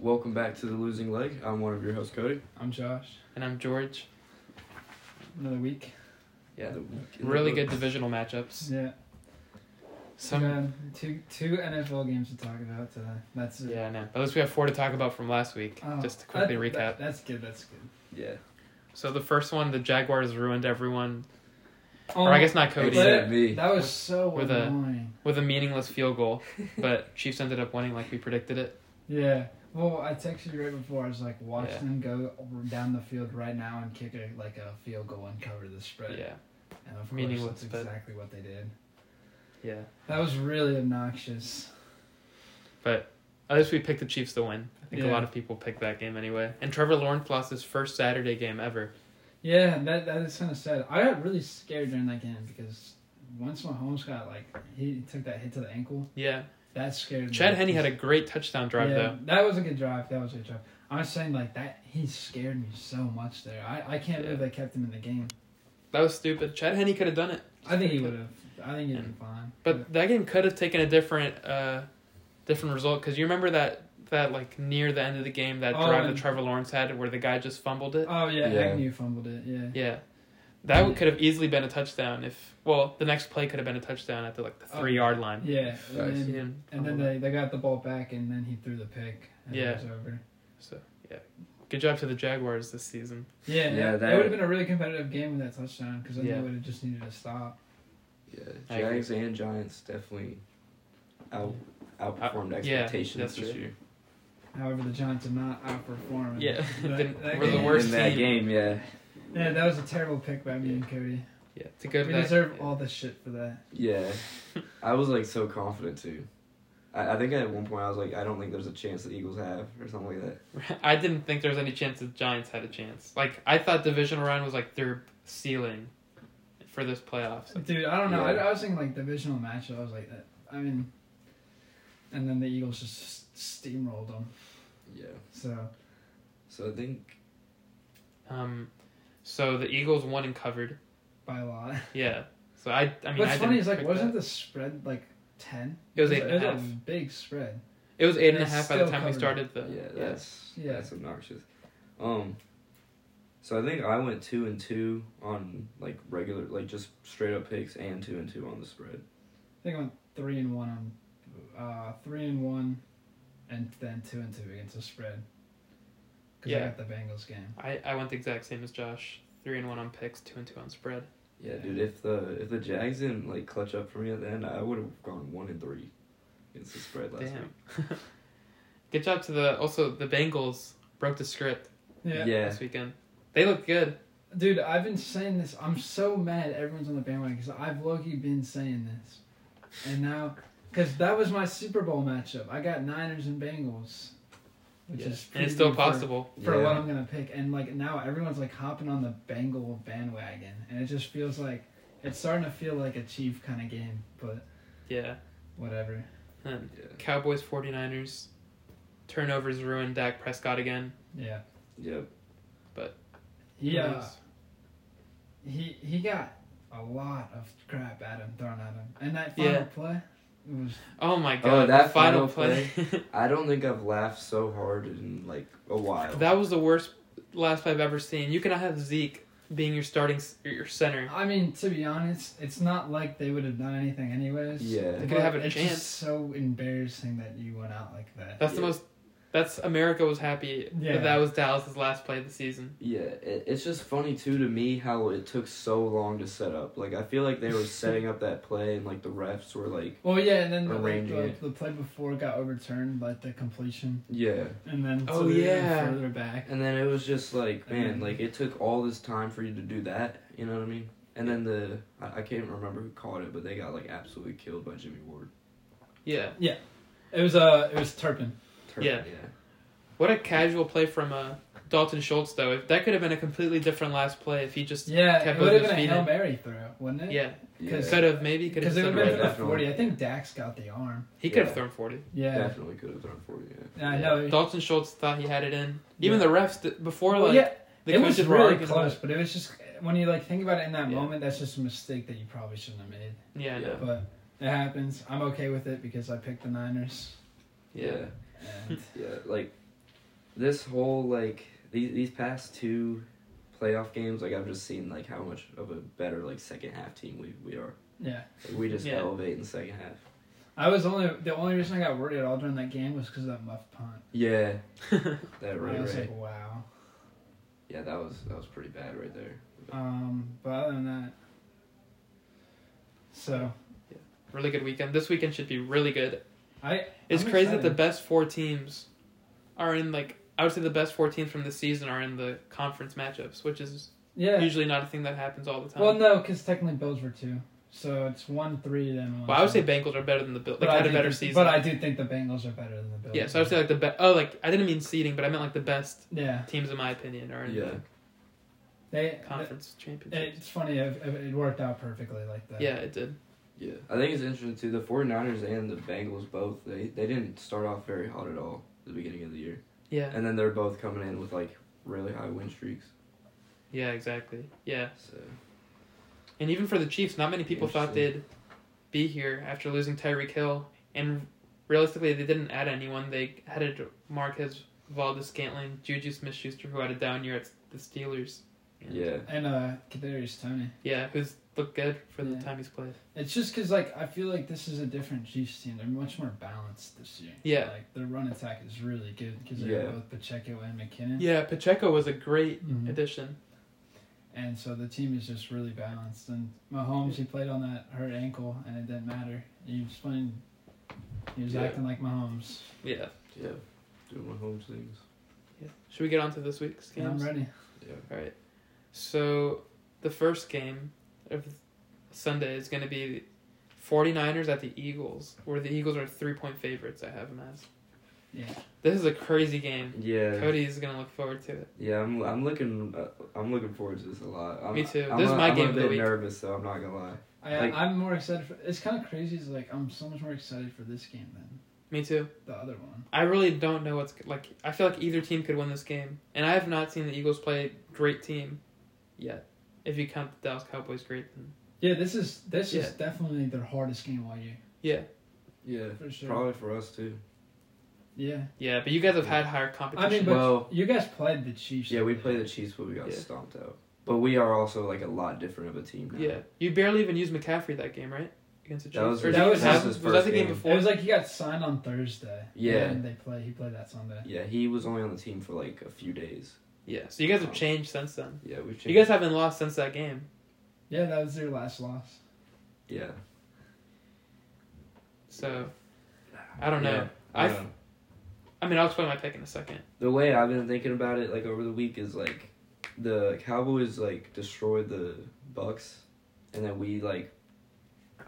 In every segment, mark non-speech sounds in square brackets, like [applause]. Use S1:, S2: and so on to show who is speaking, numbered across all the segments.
S1: Welcome back to the Losing Leg. I'm one of your hosts, Cody.
S2: I'm Josh.
S3: And I'm George.
S2: Another week.
S3: Yeah.
S1: The week in
S3: Really
S1: the
S3: good
S1: books.
S3: divisional matchups.
S2: Yeah.
S3: Some yeah,
S2: Um, two two NFL games to talk about today. That's it.
S3: I know. At least we have four to talk about from last week.
S2: Oh,
S3: just to quickly
S2: that-
S3: recap.
S2: that- that's good. That's good.
S1: Yeah.
S3: So the first one, the Jaguars ruined everyone,
S2: Oh,
S3: or I guess not Cody,
S1: Except me.
S2: that was so
S3: With a-
S2: annoying.
S3: with a meaningless
S2: [laughs]
S3: field goal. But Chiefs ended up winning like we predicted it.
S2: Yeah. Well, I texted you right before. I was like, watch
S3: Yeah.
S2: them go down the field right now and kick a like a field goal and cover the spread.
S3: Yeah,
S2: And of course,
S3: Meaningless,
S2: that's
S3: but-
S2: exactly what they did.
S3: yeah.
S2: That was really obnoxious.
S3: But at least we picked the Chiefs to win. I think a
S2: Yeah.
S3: lot of people picked that game anyway. And Trevor Lawrence lost his first Saturday game ever.
S2: Yeah, that that is kind of sad. I got really scared during that game because once Mahomes got like he took that hit to the ankle.
S3: Yeah,
S2: That scared me.
S3: Chad Henney had a great touchdown drive
S2: yeah,
S3: though.
S2: That was a good drive. That was a good drive. I was saying like that he scared me so much there. I, I can't believe
S3: Yeah.
S2: they kept him in the game.
S3: That was stupid. Chad Henney could have done it.
S2: I think he would have. I think he'd been fine.
S3: But that game could have taken a different, uh, different result because you remember that that like near the end of the game that
S2: Oh,
S3: drive
S2: and-
S3: that Trevor Lawrence had where the guy just fumbled it.
S2: oh yeah,
S1: Yeah.
S2: Agnew fumbled it. Yeah.
S3: Yeah, that would- could have easily been a touchdown if well the next play could have been a touchdown at the like the
S2: Oh.
S3: three yard line.
S2: Yeah. And
S1: Nice.
S2: then, and
S3: And-
S2: then they, they got the ball back and then he threw the pick. And
S3: Yeah.
S2: It was over.
S3: so yeah, good job to the Jaguars this season.
S2: Yeah.
S1: Yeah,
S2: Yeah. That,
S1: that-
S2: would have been a really competitive game with that touchdown because then
S3: Yeah.
S2: they would have just needed to stop.
S1: Yeah.
S3: I agree.
S1: Jags and Giants definitely out outperformed
S3: Uh, yeah,
S1: expectations
S3: that's
S1: this
S3: true.
S1: year.
S2: However, the Giants did not outperform.
S3: Yeah,
S2: That-
S3: didn't-
S2: that
S3: we're the
S2: game-
S3: worst
S1: in that
S3: team.
S1: game. Yeah.
S2: Yeah, that was a terrible pick by me
S3: Yeah.
S2: and Cody.
S3: Yeah, to go to
S2: we
S3: that,
S2: deserve
S3: yeah.
S2: all the shit for that.
S1: Yeah. I was like so confident too. I, I think at one point I was like, I don't think there's a chance the Eagles have or something like that.
S3: [laughs] I didn't think there was any chance the Giants had a chance. Like I thought division round was like their ceiling for this playoffs.
S2: Dude, I don't know.
S1: Yeah.
S2: I, I was thinking like divisional matchup. I was like, that- I mean, and then the Eagles just s- steamrolled them.
S1: Yeah.
S2: So
S1: So I think
S3: Um, so the Eagles won and covered.
S2: by a lot.
S3: Yeah. So I, I mean,
S2: What's funny
S3: I didn't
S2: is like,
S3: pick
S2: wasn't
S3: that.
S2: the spread like ten?
S3: It was
S2: It
S3: eight
S2: was
S3: and a
S2: a
S3: half.
S2: big spread.
S3: It was eight and a
S2: they
S3: half by the
S2: still
S3: time we
S2: covered it.
S3: started the.
S1: yeah, that's
S2: Yeah.
S1: that's obnoxious. Um, so I think I went two and two on like regular, like just straight up picks, and two and two on the spread.
S2: I think I went three and one on, uh, three and one, and then two and two against the spread. Because I
S3: Yeah.
S2: got the Bengals game.
S3: I, I went the exact same as Josh. Three and one on picks, two and two on spread.
S1: Yeah, dude. If the if the Jags didn't like clutch up for me at the end, I would have gone one and three against the spread last
S3: Damn.
S1: week.
S3: [laughs] good job to the also the Bengals broke the script
S2: Yeah.
S3: this weekend. They looked good.
S2: Dude, I've been saying this. I'm so mad everyone's on the bandwagon because I've low-key been saying this. And now, because that was my Super Bowl matchup. I got Niners and Bengals. Which
S3: Yeah.
S2: is
S3: And it's still
S2: preview for-
S3: possible.
S2: For,
S1: Yeah.
S2: what I'm going to pick. And like now everyone's like hopping on the Bengal bandwagon. And it just feels like, it's starting to feel like a Chief kind of game. But
S3: Yeah.
S2: whatever.
S3: And
S1: yeah,
S3: Cowboys 49ers. Turnovers ruined Dak Prescott again.
S2: Yeah.
S1: yep.
S2: He, uh, he, he got a lot of crap at him, thrown at him. And that final
S3: Yeah.
S2: play was
S3: Oh my god.
S1: Oh, that
S3: the final,
S1: final
S3: play. [laughs]
S1: I don't think I've laughed so hard in like a while.
S3: that was the worst last play I've ever seen. You cannot have Zeke being your starting s- your center.
S2: I mean, to be honest, it's not like they would have done anything anyways.
S1: Yeah. They
S3: could
S2: But
S3: have a
S2: it's
S3: chance.
S2: Just so embarrassing that you went out like that.
S3: That's the
S1: Yeah.
S3: most. That's America was happy
S2: Yeah.
S3: that that was Dallas's last play of the season.
S1: Yeah, it, it's just funny too to me how it took so long to set up. Like I feel like they were setting up that play and like the refs were like,
S2: Well, yeah, and then the, like,
S1: Arranging
S2: the,
S1: it.
S2: the play before got overturned, like the completion,
S1: yeah.
S2: and then so
S3: Oh,
S2: they went
S3: yeah.
S2: further back.
S1: And then it was just like,
S2: And
S1: man,
S2: then-
S1: like it took all this time for you to do that. You know what I mean? And then the I, I can't remember who caught it, but they got like absolutely killed by Jimmy Ward.
S3: Yeah.
S2: It was uh, it was Turpin.
S3: Yeah. What a casual play from uh, Dalton Schultz though. If that could have been a completely different last play if he just
S2: Yeah,
S3: Kept
S2: it would have
S3: both
S2: been a
S3: his feet
S2: hail
S3: in.
S2: mary throw, wouldn't it?
S3: yeah,
S1: yeah,
S2: Because-
S3: could have maybe could have
S2: because it would
S3: said
S2: have been
S1: right
S2: for the
S1: after
S2: forty. I think Dax got the arm.
S3: he could have
S1: Yeah.
S3: thrown forty.
S2: Yeah,
S1: definitely could have thrown forty. Yeah.
S2: yeah. I know.
S3: Dalton Schultz thought he had it in. Even
S2: Yeah.
S3: the refs d- before
S2: Well,
S3: like
S2: yeah,
S3: the
S2: it
S3: coaches
S2: was
S3: were
S2: really
S3: arguing
S2: close,
S3: about-
S2: but it was just when you like think about it in that
S3: Yeah.
S2: moment, that's just a mistake that you probably shouldn't have made.
S3: Yeah,
S1: Yeah.
S3: no.
S2: But it happens. I'm okay with it because I picked the Niners.
S3: [laughs]
S1: Yeah,
S2: And
S1: yeah. Like this whole like these these past two playoff games, like I've just seen like how much of a better like second half team we we are.
S2: Yeah.
S1: Like, we just
S3: Yeah.
S1: elevate in the second half.
S2: I was only the only reason I got worried at all during that game was because of that muff punt.
S1: Yeah, that
S2: I
S1: right,
S2: was
S1: right.
S2: like, wow.
S1: Yeah, that was that was pretty bad right there.
S2: Um, but other than that, so
S3: really good weekend. This weekend should be really good.
S2: I
S3: It's
S2: I'm
S3: crazy that the
S2: excited.
S3: best four teams are in like I would say the best four teams from the season are in the conference matchups, which is
S2: yeah.
S3: usually not a thing that happens all the time.
S2: Well, no, because technically Bills were two, so it's one three then one.
S3: Well, I would say
S2: two.
S3: Bengals are better than the Bills.
S2: But
S3: Like
S2: I
S3: had a
S2: do
S3: better
S2: think-
S3: season.
S2: But I do think the Bengals are better than the Bills.
S3: yeah, so I would say like the best. Oh, like I didn't mean seeding, but I meant like the best
S2: yeah,
S3: teams in my opinion are in
S1: Yeah,
S2: they.
S3: the conference championships.
S2: It's funny. It, it it worked out perfectly like that.
S3: yeah, it did.
S1: yeah. I think it's interesting too. The 49ers and the Bengals both they they didn't start off very hot at all at the beginning of the year,
S3: Yeah,
S1: and then they're both coming in with like really high win streaks.
S3: yeah, exactly. Yeah,
S1: So
S3: and even for the Chiefs, not many people thought
S1: Interesting.
S3: they'd be here after losing Tyreek Hill, and realistically, they didn't add anyone. They added Marquez, Valdez, Scantling, Juju Smith-Schuster, who had a down year at the Steelers. And-
S1: yeah,
S2: And uh, Kadarius Tony.
S3: yeah, who's looked good for the
S2: Yeah.
S3: time he's played.
S2: It's just because like I feel like this is a different Chiefs team. They're much more balanced this year.
S3: Yeah.
S2: Like their run attack is really good because they
S1: Yeah.
S2: have both Pacheco and McKinnon.
S3: Yeah, Pacheco was a great
S2: Mhm.
S3: addition.
S2: And so the team is just really balanced. And Mahomes, he played on that hurt ankle, and it didn't matter. He was playing. He was
S1: Yeah.
S2: acting like Mahomes.
S3: Yeah.
S1: yeah. Doing my home things.
S3: yeah. Should we get on to this week's
S2: And
S3: games?
S2: I'm ready.
S1: Yeah.
S3: All right. So the first game of Sunday is going to be 49ers at the Eagles, where the Eagles are three point favorites. I have them as.
S2: Yeah.
S3: This is a crazy game.
S1: Yeah,
S3: Cody is going to look forward to it.
S1: yeah. I'm I'm looking uh, I'm looking forward to this a lot. I'm,
S3: Me too.
S1: I'm
S3: This is
S1: a-
S3: my
S1: I'm
S3: game
S1: a
S3: of
S1: bit
S3: the week.
S1: nervous, so I'm not gonna lie.
S2: I,
S1: Like-
S2: I'm more excited for. It's kind of crazy. Is like I'm so much more excited for this game than
S3: Me too.
S2: the other one.
S3: I really don't know what's like. I feel like either team could win this game, and I have not seen the Eagles play a great team yet. If you count the Dallas Cowboys, great. Then
S2: Yeah, this is this is
S3: Yeah.
S2: definitely their hardest game all year
S3: yeah,
S1: Yeah,
S2: for sure.
S1: probably for us too.
S2: Yeah,
S3: yeah. But you guys have had higher
S2: I
S3: competition.
S2: mean, but
S1: Well-
S2: you guys played the Chiefs.
S1: Yeah, we played the Chiefs, but we got
S3: Yeah.
S1: stomped out. But we are also like a lot different of a team now.
S3: yeah, you barely even used McCaffrey that game, right? Against the Chiefs.
S1: That was-
S3: Or did
S2: that
S3: you
S2: was
S3: have-
S2: his
S3: was that
S1: first
S3: the game
S1: game.
S3: before?
S2: It was like he got signed on Thursday.
S1: Yeah.
S2: And they play. He played that Sunday.
S1: Yeah, he was only on the team for like a few days.
S3: Yeah, so you guys
S2: Oh.
S3: have changed since then.
S1: Yeah, we've changed.
S3: You guys haven't lost since that game.
S2: Yeah, that was their last loss.
S1: yeah.
S3: So I don't know.
S1: Yeah,
S3: I
S1: don't know.
S3: I mean, I'll explain my pick in a second.
S1: the way I've been thinking about it like over the week is like the Cowboys like destroyed the Bucks, and then we like.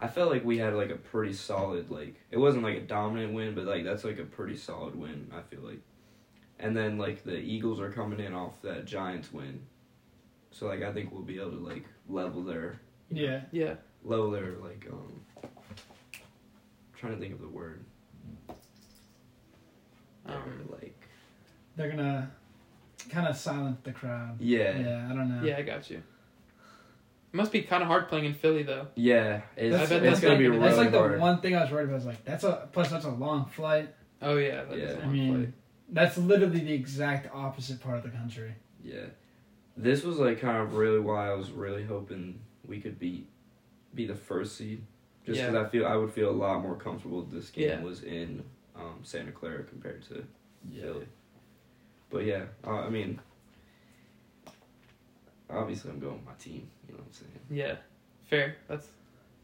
S1: I felt like we had like a pretty solid like it wasn't like a dominant win, but like that's like a pretty solid win. I feel like, and then like the Eagles are coming in off that Giants win, so like I think we'll be able to like level their
S2: Yeah.
S3: Yeah,
S1: level their like um. trying to think of the word.
S3: um,
S1: Their, like
S2: They're gonna kind of silence the crowd.
S1: yeah.
S2: Yeah, I don't know.
S3: yeah, I got you. It must be kind of hard playing in Philly though.
S1: Yeah, it's,
S3: I bet
S1: it's
S3: that's
S1: gonna
S3: not
S1: be really
S3: gonna be-
S2: That's like the
S1: hard.
S2: one thing I was worried about. Is like that's a plus that's a long flight.
S3: Oh yeah, that
S1: Yeah.
S3: is a
S2: I
S3: long
S2: mean,
S3: play.
S2: that's literally the exact opposite part of the country.
S1: Yeah, this was like kind of really why I was really hoping we could be, be the first seed, just because
S3: Yeah.
S1: I feel I would feel a lot more comfortable if this game
S3: Yeah.
S1: was in um, Santa Clara compared to
S2: Yeah.
S1: Philly. But yeah, uh, I mean, obviously I'm going with my team. You know what I'm saying?
S3: Yeah, fair. That's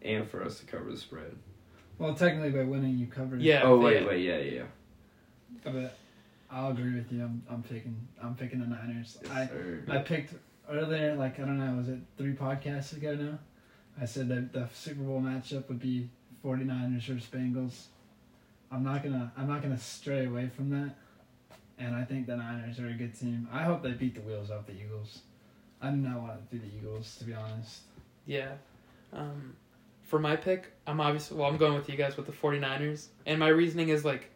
S1: And for us to cover the spread.
S2: Well, technically by winning you covered.
S3: yeah.
S1: oh
S3: yeah.
S1: wait, wait, yeah, yeah.
S2: But I'll agree with you. I'm I'm picking I'm picking the Niners.
S1: Yes,
S2: I
S1: sir.
S2: I picked earlier like I don't know was it three podcasts ago now. I said that the Super Bowl matchup would be 49ers versus Bengals. I'm not gonna I'm not gonna stray away from that. And I think the Niners are a good team. I hope they beat the wheels off the Eagles. I do not want to do the Eagles to be honest.
S3: Yeah. Um, for my pick, I'm obviously well. I'm going with you guys with the 49ers, and my reasoning is like,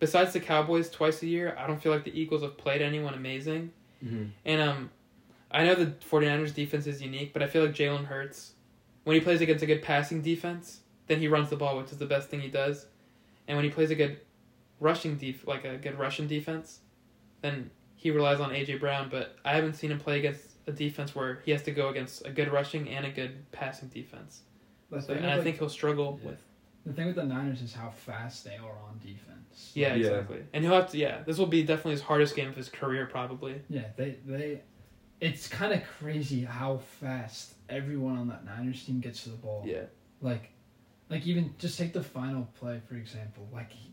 S3: besides the Cowboys twice a year, I don't feel like the Eagles have played anyone amazing.
S1: Mhm.
S3: And um, I know the 49ers defense is unique, but I feel like Jalen Hurts, when he plays against a good passing defense, then he runs the ball, which is the best thing he does. And when he plays a good rushing def, like a good Russian defense, then he relies on AJ Brown. But I haven't seen him play against a defense where he has to go against a good rushing and a good passing defense.
S2: The
S3: So,
S2: thing,
S3: and
S2: with,
S3: I
S2: like,
S3: think he'll struggle
S1: Yeah.
S3: with
S2: the thing with the Niners is how fast they are on defense.
S1: Yeah.
S3: yeah, exactly. And he'll have to yeah. This will be definitely his hardest game of his career probably.
S2: Yeah, they they. It's kind of crazy how fast everyone on that Niners team gets to the ball.
S3: Yeah.
S2: Like, like even just take the final play for example. Like, he,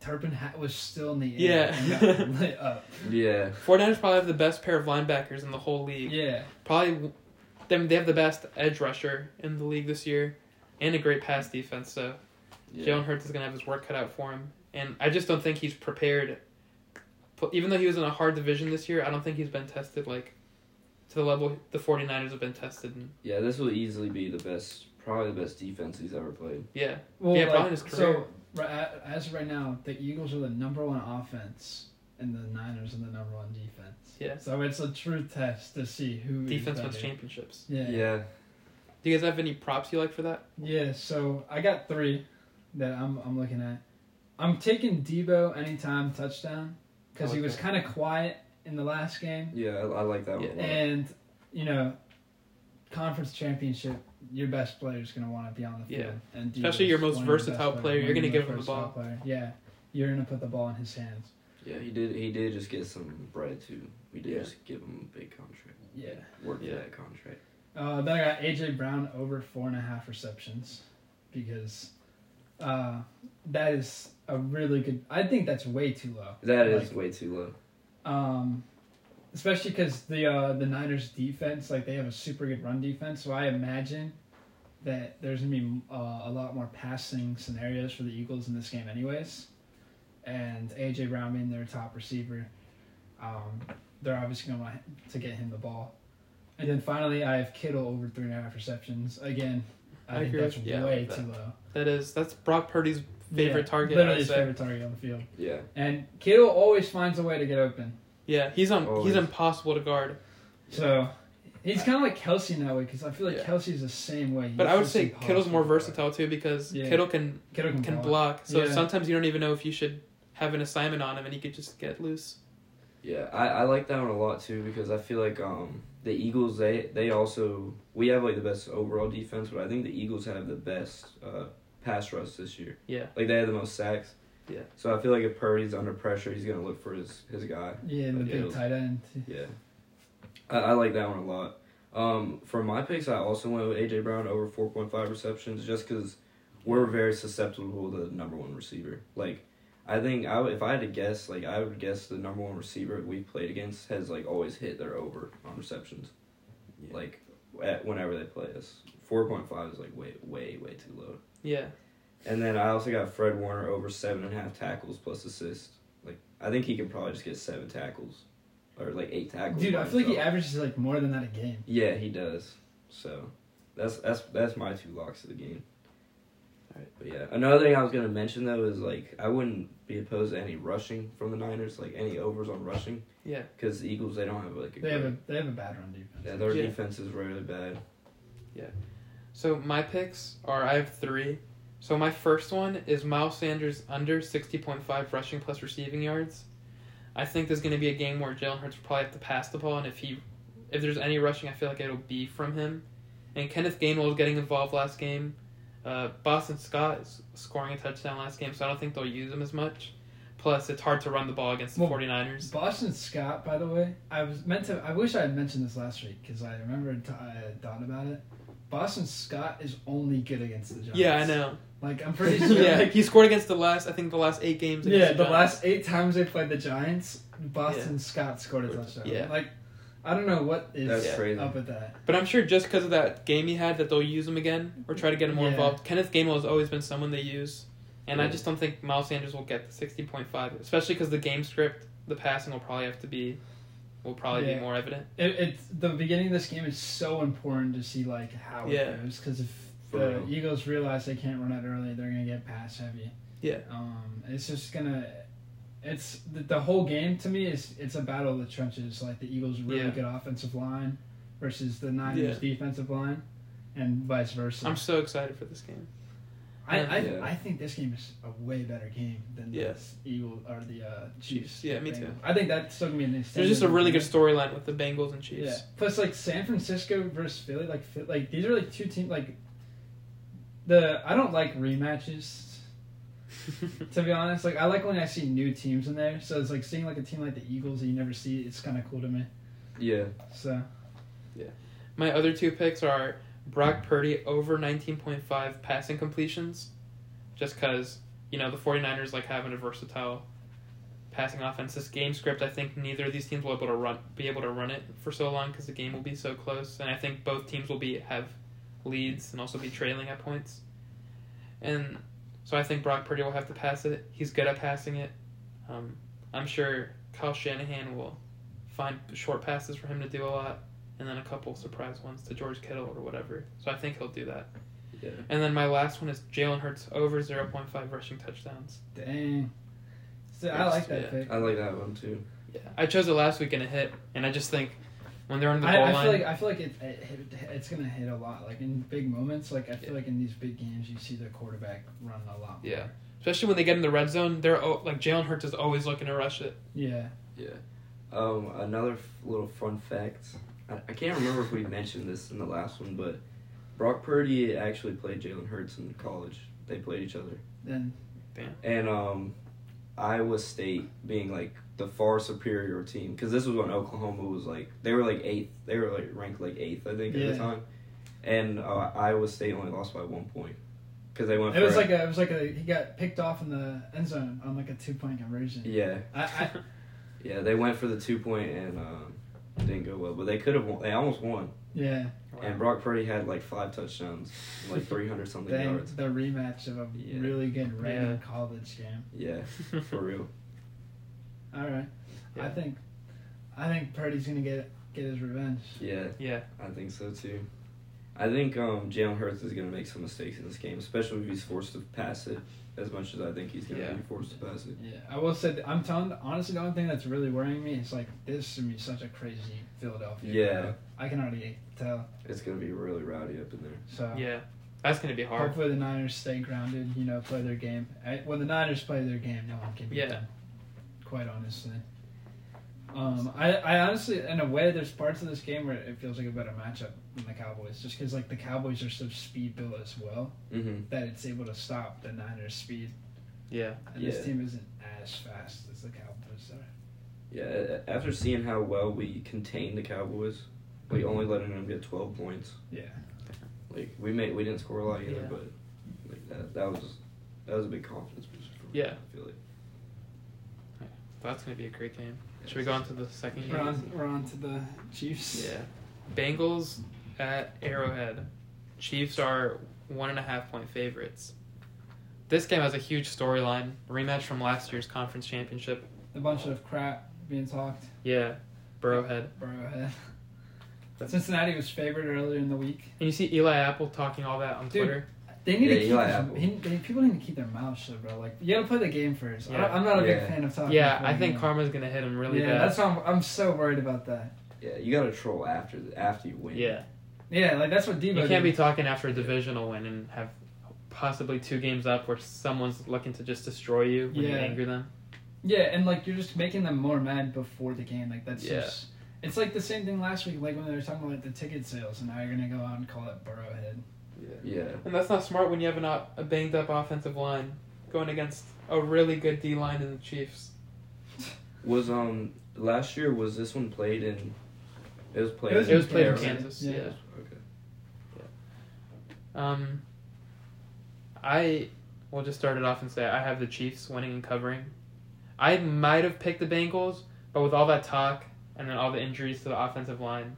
S2: Turpin hat was still in the air.
S3: Yeah.
S2: and got
S3: [laughs]
S2: lit up.
S1: Yeah.
S3: 49ers probably have the best pair of linebackers in the whole league.
S2: Yeah.
S3: Probably, w- I mean, they have the best edge rusher in the league this year, and a great pass defense. So Jalen Hurts is gonna have his work cut out for him, and I just don't think he's prepared. Pu- Even though he was in a hard division this year, I don't think he's been tested like to the level the 49ers have been tested. In.
S1: Yeah, this will easily be the best, probably the best defense he's ever played.
S3: Yeah,
S2: Well,
S3: Yeah,
S2: like,
S3: probably his career.
S2: So, ri- a- as of right now, the Eagles are the number one offense, and the Niners are the number one defense.
S3: Yeah.
S2: So it's a true test to see who is
S3: defense wins
S2: better.
S3: championships.
S2: Yeah. yeah.
S1: Yeah.
S3: Do you guys have any props you like for that?
S2: So I got three that I'm I'm looking at. I'm taking Debo anytime touchdown
S3: I
S2: because
S3: like
S2: he was
S3: that.
S2: kind of quiet in the last game,
S1: Yeah, I, I like that one a lot.
S2: and you know, conference championship, your best player is going to want to be on the
S3: Yeah.
S2: field. And
S3: Especially
S2: Debo's
S3: your most
S2: one of your best
S3: versatile
S2: players,
S3: player,
S2: one
S3: you're
S2: of
S3: gonna
S2: your
S3: give him the
S2: versatile
S3: ball.
S2: player. Yeah. You're going to put the ball in his hands.
S1: Yeah, he did. He did just get some bread too. We did
S3: Yeah.
S1: just give him a big contract.
S2: Yeah.
S1: Work
S3: Yeah.
S1: for that contract.
S2: Uh, then I got AJ Brown over four and a half receptions because uh, that is a really good. I think that's way too low.
S1: That is
S2: Like,
S1: way too low.
S2: um, especially because the uh, the Niners defense, like they have a super good run defense. So I imagine that there's gonna be uh, a lot more passing scenarios for the Eagles in this game, anyways. And AJ Brown being their top receiver, um, they're obviously gonna want to get him the ball. And then finally, I have Kittle over three and a half receptions. Again, I,
S3: I
S2: think
S3: agree
S2: that's
S3: with- yeah, I
S2: way
S3: like that.
S2: too low.
S3: That is that's Brock Purdy's favorite
S2: Yeah,
S3: target.
S2: literally
S3: I'd
S2: his
S3: say.
S2: favorite target on the field.
S1: Yeah.
S2: And Kittle always finds a way to get open.
S3: Yeah, he's um
S1: Always.
S3: he's impossible to guard.
S2: So he's kind of like Kelsey in that way because I feel like
S3: Yeah.
S2: Kelsey's the same way.
S3: But
S2: He's
S3: I would
S2: just
S3: say
S2: impossible.
S3: Kittle's more versatile too because
S2: Yeah.
S3: Kittle can
S2: Kittle can,
S3: can
S2: block.
S3: block. So
S2: Mm-hmm. Yeah.
S3: sometimes you don't even know if you should have an assignment on him and he could just get loose.
S1: Yeah, I, I like that one a lot too because I feel like um the Eagles they they also we have like the best overall defense, but I think the Eagles have the best uh pass rush this year.
S3: Yeah.
S1: Like they had the most sacks.
S3: Yeah.
S1: So I feel like if Purdy's under pressure, he's gonna look for his his guy.
S2: Yeah, and the
S1: Yeah.
S2: big tight end.
S1: Yeah. I, I like that one a lot. Um, for my picks, I also went with AJ Brown over four point five receptions just because we're very susceptible to the number one receiver. Like, I think I would, if I had to guess, like I would guess the number one receiver we played against has like always hit their over on receptions.
S3: Yeah.
S1: Like, at, whenever they play us, four point five is like way way way too low.
S3: Yeah.
S1: And then I also got Fred Warner over seven and a half tackles plus assists. Like I think he can probably just get seven tackles, or like eight tackles.
S2: Dude,
S1: by
S2: I feel like he
S1: himself.
S2: averages like more than that a game.
S1: Yeah, he does. So that's that's that's my two locks of the game.
S3: Alright.
S1: But yeah, another thing I was gonna mention though is like I wouldn't be opposed to any rushing from the Niners, like any overs on rushing,
S3: Yeah.
S1: because the Eagles they don't have like a,
S2: They have a
S1: great-
S2: they have a bad run defense.
S1: yeah, their
S3: Yeah.
S1: defense is really bad.
S3: So my picks are I have three. So my first one is Miles Sanders under sixty point five rushing plus receiving yards. I think there's gonna be a game where Jalen Hurts will probably have to pass the ball and if he if there's any rushing I feel like it'll be from him. And Kenneth Gainwell was getting involved last game. Uh, Boston Scott is scoring a touchdown last game, so I don't think they'll use him as much. Plus, it's hard to run the ball against the
S2: Well,
S3: 49ers.
S2: Boston Scott, by the way, I was meant to. I wish I had mentioned this last week because I remember t- I had thought about it. Boston Scott is only good against the Giants.
S3: Yeah, I know.
S2: Like I'm
S3: [laughs]
S2: pretty sure.
S3: yeah,
S2: like,
S3: he scored against the last, I think, the last eight games.
S2: Yeah,
S3: against
S2: the
S3: Giants.
S2: last eight times they played the Giants, Boston Scott scored a touchdown.
S3: Yeah.
S2: Like, I don't know what is
S1: That's
S3: Yeah.
S1: crazy.
S2: up with that.
S3: But I'm sure just because of that game he had that they'll use him again or try to get him more
S2: Yeah.
S3: involved. Kenneth Gainwell has always been someone they use, and I
S1: Yeah.
S3: just don't think Miles Sanders will get the 60.5, especially because the game script, the passing will probably have to be, will probably
S2: Yeah.
S3: be more evident.
S2: It, it's the beginning of this game is so important to see like how
S3: Yeah.
S2: it goes because if
S1: For
S2: the
S1: real.
S2: Eagles realize they can't run it early, they're gonna get pass heavy.
S3: Yeah.
S2: Um, it's just gonna. It's the, the whole game to me is it's a battle of the trenches. Like the Eagles really
S3: Yeah.
S2: good offensive line versus the Niners defensive line, and vice versa.
S3: I'm so excited for this game.
S2: I I,
S1: Yeah.
S2: I think this game is a way better game than the
S3: Yes.
S2: Eagle or the uh, Chiefs.
S3: Chiefs. Yeah, me too.
S2: Bengals. I think that's still gonna be an interesting.
S3: There's just a really good
S2: game.
S3: storyline with the Bengals and Chiefs.
S2: Yeah. Plus, like San Francisco versus Philly, like Phil- like these are like two teams. Like the I don't like rematches.
S3: [laughs]
S2: To be honest, like I like when I see new teams in there. So it's like seeing like a team like the Eagles that you never see. It's kind of cool to me.
S1: Yeah.
S2: So
S3: My other two picks are Brock Purdy over 19.5 passing completions, just because, you know, the 49ers like having a versatile passing offense. This game script, I think neither of these teams will able to run, be able to run it for so long because the game will be so close. And I think both teams will be have leads and also be trailing at points. And so I think Brock Purdy will have to pass it. He's good at passing it. Um, I'm sure Kyle Shanahan will find short passes for him to do a lot and then a couple surprise ones to George Kittle or whatever. So I think he'll do that.
S1: Yeah.
S3: And then my last one is Jalen Hurts over 0.5 rushing touchdowns.
S2: dang. So I like that
S3: Yeah.
S2: pick.
S1: I like that one too.
S3: Yeah. I chose it last week and it hit, and I just think when they're on the goal
S2: I, I
S3: line,
S2: feel like I feel like it, it, it- it's gonna hit a lot. Like in big moments, like I feel
S3: Yeah.
S2: like in these big games, you see the quarterback run a lot. more.
S3: yeah, especially when they get in the red zone, they're o- like Jalen Hurts is always looking to rush it.
S2: yeah.
S1: Yeah. Um, another f- little fun fact. I, I can't remember if we mentioned this in the last one, but Brock Purdy actually played Jalen Hurts in college. They played each other.
S2: Then
S1: And um, Iowa State being like the far superior team, because this was when Oklahoma was like, they were like eighth. They were like ranked like eighth, I think, at
S2: Yeah.
S1: the time. And uh, Iowa State only lost by one point. Because they went
S2: it
S1: for
S2: was
S1: a-
S2: like a, it was like a he got picked off in the end zone on like a two point conversion.
S1: Yeah.
S2: I, I
S1: Yeah, they went for the two point and um, it didn't go well, but they could have won. They almost won.
S3: [laughs]
S2: yeah.
S1: [laughs] And Brock Purdy had like five touchdowns, and, like three hundred something
S2: Dang,
S1: yards.
S2: the rematch of a
S1: Yeah.
S2: really good random
S3: Yeah.
S2: college game.
S1: Yeah,
S3: [laughs]
S1: for real.
S2: All right, I
S3: Yeah.
S2: think, I think Purdy's gonna get get his revenge.
S1: Yeah,
S3: yeah,
S1: I think so too. I think um, Jalen Hurts is gonna make some mistakes in this game, especially if he's forced to pass it as much as I think he's gonna
S3: Yeah.
S1: be forced to pass it.
S2: Yeah, I will say that I'm telling honestly the only thing that's really worrying me is like this is gonna be such a crazy Philadelphia.
S1: Yeah.
S2: crowd. I can already tell.
S1: It's gonna be really rowdy up in there.
S2: So
S3: yeah, that's gonna be hard.
S2: hopefully the Niners stay grounded. You know, play their game. I, when the Niners play their game, no one can beat
S3: Yeah.
S2: them. Quite honestly. Um, I, I honestly, in a way, there's parts of this game where it feels like a better matchup than the Cowboys, just because like the Cowboys are so speed built as well
S1: Mm-hmm.
S2: that it's able to stop the Niners' speed.
S3: Yeah,
S2: And this
S1: Yeah.
S2: team isn't as fast as the Cowboys are.
S1: Yeah. a- a- After seeing how well we contained the Cowboys, we
S3: Mm-hmm.
S1: only letting them get twelve points.
S2: Yeah.
S1: Like we made, we didn't score a lot either,
S3: Yeah.
S1: but like that, that was that was a big confidence boost for me.
S3: Yeah.
S1: I feel like.
S3: that's gonna be a great game. Should we go on to the second
S2: We're
S3: game?
S2: on, we're on to the Chiefs.
S3: Yeah, Bengals at Arrowhead. Chiefs are one and a half point favorites. This game has a huge storyline rematch from last year's conference championship.
S2: A bunch of crap being talked.
S3: Yeah, Burrowhead.
S2: Burrowhead. Cincinnati was favored earlier in the week.
S3: And you see Eli Apple talking all that on
S2: Dude.
S3: Twitter.
S2: They need
S1: Yeah,
S2: to keep
S1: Eli
S2: their-
S1: Apple.
S2: he- they- people need to keep their mouths shut, bro. Like you gotta play the game first. I
S3: Yeah.
S2: don't- I'm not a big
S1: Yeah.
S2: fan of talking.
S3: Yeah,
S2: before
S3: I
S2: the
S3: think
S2: game.
S3: karma's gonna hit him really
S2: yeah,
S3: bad.
S2: that's why I'm, I'm so worried about that.
S1: Yeah, you gotta troll after th- after you win.
S3: yeah,
S2: Yeah, like that's what
S3: you
S2: Debo.
S3: can't be
S2: did.
S3: talking after a divisional win and have possibly two games up where someone's looking to just destroy you when you
S2: Yeah.
S3: anger them.
S2: yeah, and like you're just making them more mad before the game. Like that's
S3: Yeah.
S2: just. It's like the same thing last week, like when they were talking about like, the ticket sales, and now you're gonna go out and call it Burrowhead.
S1: Yeah.
S3: And that's not smart when you have an, o- a banged up offensive line going against a really good D line in the Chiefs.
S1: Was um last year was this one played in? It was played.
S2: was
S1: in
S3: It was played in
S1: Kansas.
S3: Kansas.
S2: Yeah.
S3: yeah.
S1: Okay.
S3: Um, I will just start it off and say I have the Chiefs winning and covering. I might have picked the Bengals, but with all that talk and then all the injuries to the offensive line,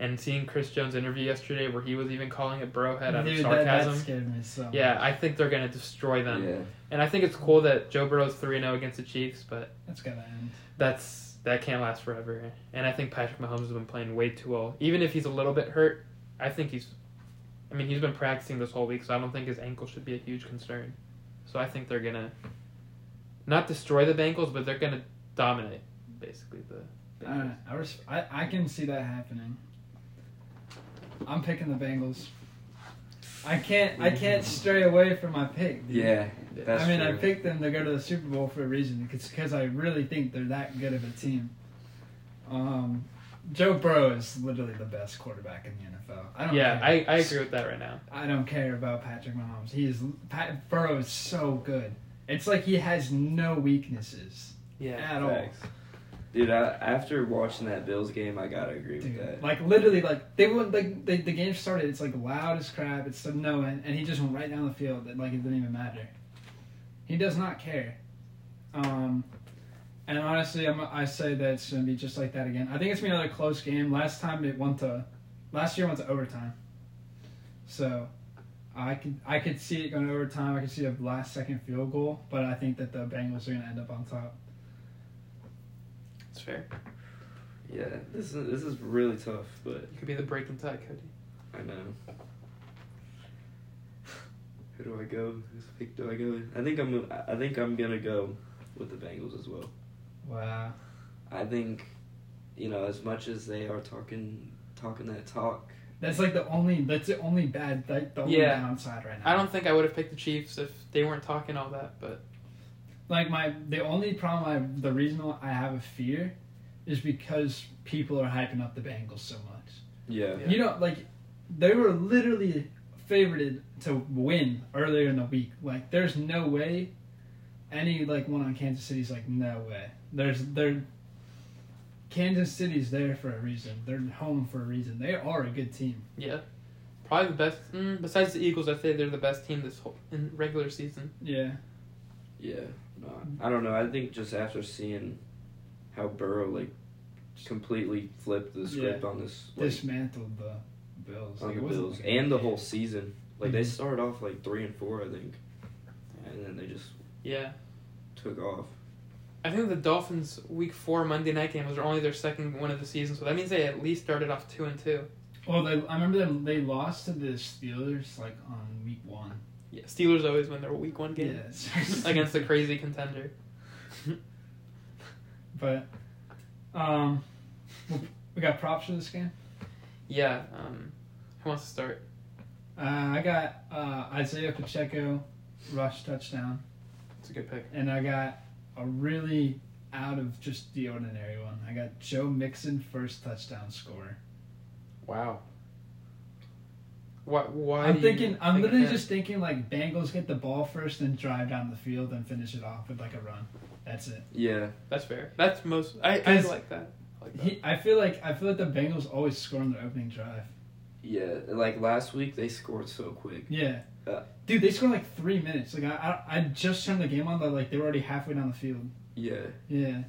S3: and seeing Chris Jones' interview yesterday where he was even calling it Burrowhead out of
S2: Dude, that, that
S3: sarcasm.
S2: scared me so.
S3: yeah, I think they're gonna destroy
S1: Yeah.
S3: them, and I think it's cool that Joe Burrow's three zero against the Chiefs, but
S2: That's gotta end.
S3: that's that can't last forever. And I think Patrick Mahomes has been playing way too well. Even if he's a little bit hurt, I think he's. I mean, he's been practicing this whole week, so I don't think his ankle should be a huge concern. So I think they're gonna not destroy the Bengals, but they're gonna dominate basically the.
S2: I don't know. I, res- I I can see that happening. I'm picking the Bengals. I can't I can't stray away from my pick.
S1: Yeah, that's
S2: I mean, I
S1: true.
S2: picked them to go to the Super Bowl for a reason. It's because I really think they're that good of a team. Um, Joe Burrow is literally the best quarterback in the NFL. I don't
S3: Yeah,
S2: care.
S3: I, I agree with that right now.
S2: I don't care about Patrick Mahomes. He is Pat Burrow is so good. It's like he has no weaknesses
S3: Yeah.
S2: at all.
S1: Facts. Dude, I, after watching that Bills game, I gotta agree with
S2: Dude,
S1: that.
S2: like literally, like they went like they, the game started. It's like loud as crap. It's some no end, and he just went right down the field. And, like it didn't even matter. He does not care. Um, and honestly, I'm, I say that it's gonna be just like that again. I think it's gonna be another close game. Last time it went to, last year went to overtime. So, I could I could see it going to overtime. I could see a last second field goal, but I think that the Bengals are gonna end up on top.
S3: It's fair.
S1: Yeah, this is this is really tough, but
S3: You could be the breaking tie, Cody.
S1: I know. Who do I go? Whose pick do I go? with? I think I'm I think I'm gonna go with the Bengals as well.
S2: Wow.
S1: I think, you know, as much as they are talking talking that talk,
S2: That's like the only. That's the only bad. Like the only
S3: Yeah.
S2: downside right now.
S3: I don't think I would have picked the Chiefs if they weren't talking all that, but
S2: like my. The only problem. I the reason why I have a fear, is because people are hyping up the Bengals so much.
S1: yeah,
S3: Yeah.
S2: You know, like they were literally favored to win earlier in the week. Like there's no way, any like one on Kansas City's like no way. There's they're. Kansas City's there for a reason. They're home for a reason. They are a good team.
S3: yeah. Probably the best, mm, besides the Eagles, I'd say they're the best team this whole in regular season.
S2: Yeah.
S1: yeah. No, I don't know. I think just after seeing how Burrow like completely flipped the script on this like,
S2: dismantled the Bills.
S1: on
S2: Like,
S1: the
S2: it wasn't
S1: Bills
S2: like a
S1: and the
S2: bad
S1: whole
S2: game.
S1: season. Like they
S2: Mhm.
S1: started off like three and four, I think, and then they just
S3: Yeah.
S1: took off.
S3: I think the Dolphins' Week Four Monday night game was only their second one of the season, so that means they at least started off two and two.
S2: Well, they, I remember them. They lost to the Steelers like on week one.
S3: Yeah, Steelers always win their Week One game
S2: [laughs] Yes.
S3: [laughs] against the crazy contender.
S2: But, um, we- we got props for this game.
S3: Yeah. Um, who wants to start?
S2: Uh, I got uh, Isaiah Pacheco rush touchdown,
S3: It's a good pick.
S2: and I got a really out of just the ordinary one. I got Joe Mixon first touchdown scorer.
S3: Wow. Why? Why? do
S2: I'm
S3: you
S2: thinking. I'm
S3: think
S2: literally
S3: that?
S2: just thinking like Bengals get the ball first, then drive down the field and finish it off with like a run. That's it.
S1: Yeah,
S3: That's fair. That's most. I, I
S2: 'Cause
S3: like that. I like that.
S2: He, I feel like I feel like the Bengals always score on their opening drive.
S1: yeah. Like last week, they scored so quick.
S2: Yeah.
S1: Yeah.
S2: Dude, they scored in, like three minutes. Like I, I, I just turned the game on, but like they were already halfway down the field.
S1: Yeah.
S2: Yeah.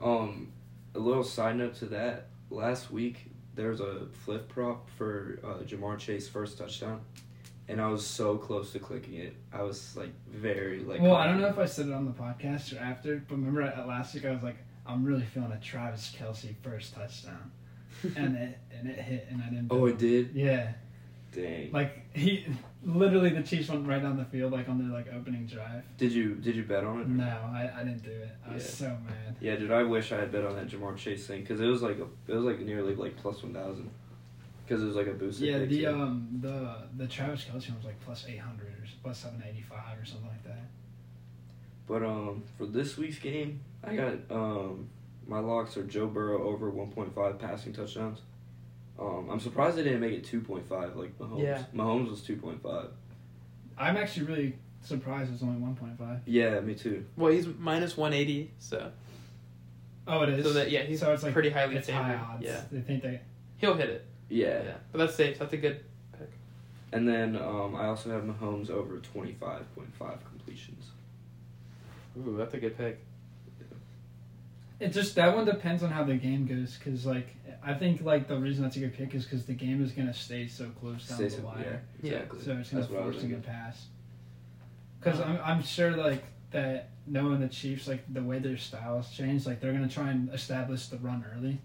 S1: Um, a little side note to that. Last week, there was a flip prop for uh, Jamar Chase first touchdown, and I was so close to clicking it. I was like very like.
S2: well, I don't know if I said it on the podcast or after, but remember at last week I was like, I'm really feeling a Travis Kelsey first touchdown, and it and it hit, and I didn't.
S1: Oh, it did.
S2: Yeah.
S1: Dang.
S2: Like he, literally the Chiefs went right down the field like on their like opening drive.
S1: Did you did you bet on it?
S2: No, I, I didn't do it. I was
S1: Yeah.
S2: so mad.
S1: Yeah, dude. I wish I had bet on that Jamar Chase thing because it was like a, it was like nearly like plus one thousand because it was like a boosted.
S2: Yeah,
S1: pick,
S2: the
S1: too.
S2: um the the Travis Kelsey one was like plus eight hundred or s- plus seven eighty five or something like that.
S1: But um, for this week's game, I got um, my locks are Joe Burrow over one point five passing touchdowns. Um, I'm surprised they didn't make it two point five like Mahomes.
S3: Yeah.
S1: Mahomes was two point five.
S2: I'm actually really surprised it's only one point five.
S1: Yeah, me too.
S3: Well, he's minus one eighty, so
S2: Oh, it is.
S3: so that yeah, he's
S2: so it's like
S3: pretty highly
S2: it's
S3: favored.
S2: high odds.
S3: Yeah,
S2: They think they.
S3: he'll hit it.
S1: Yeah.
S3: yeah, but that's safe. That's a good.
S1: And then um, I also have Mahomes over twenty five point five completions.
S3: Ooh, that's a good pick.
S2: It just that one depends on how the game goes because like I think like the reason that's a good pick is because the game is gonna stay so close down
S1: Say
S2: the
S1: so-
S2: wire,
S1: yeah,
S3: Yeah.
S1: exactly.
S2: so it's gonna
S1: That's what I was
S2: force a good
S1: thinking.
S2: pass. Because I'm I'm sure like that knowing the Chiefs like the way their styles change like they're gonna try and establish the run early,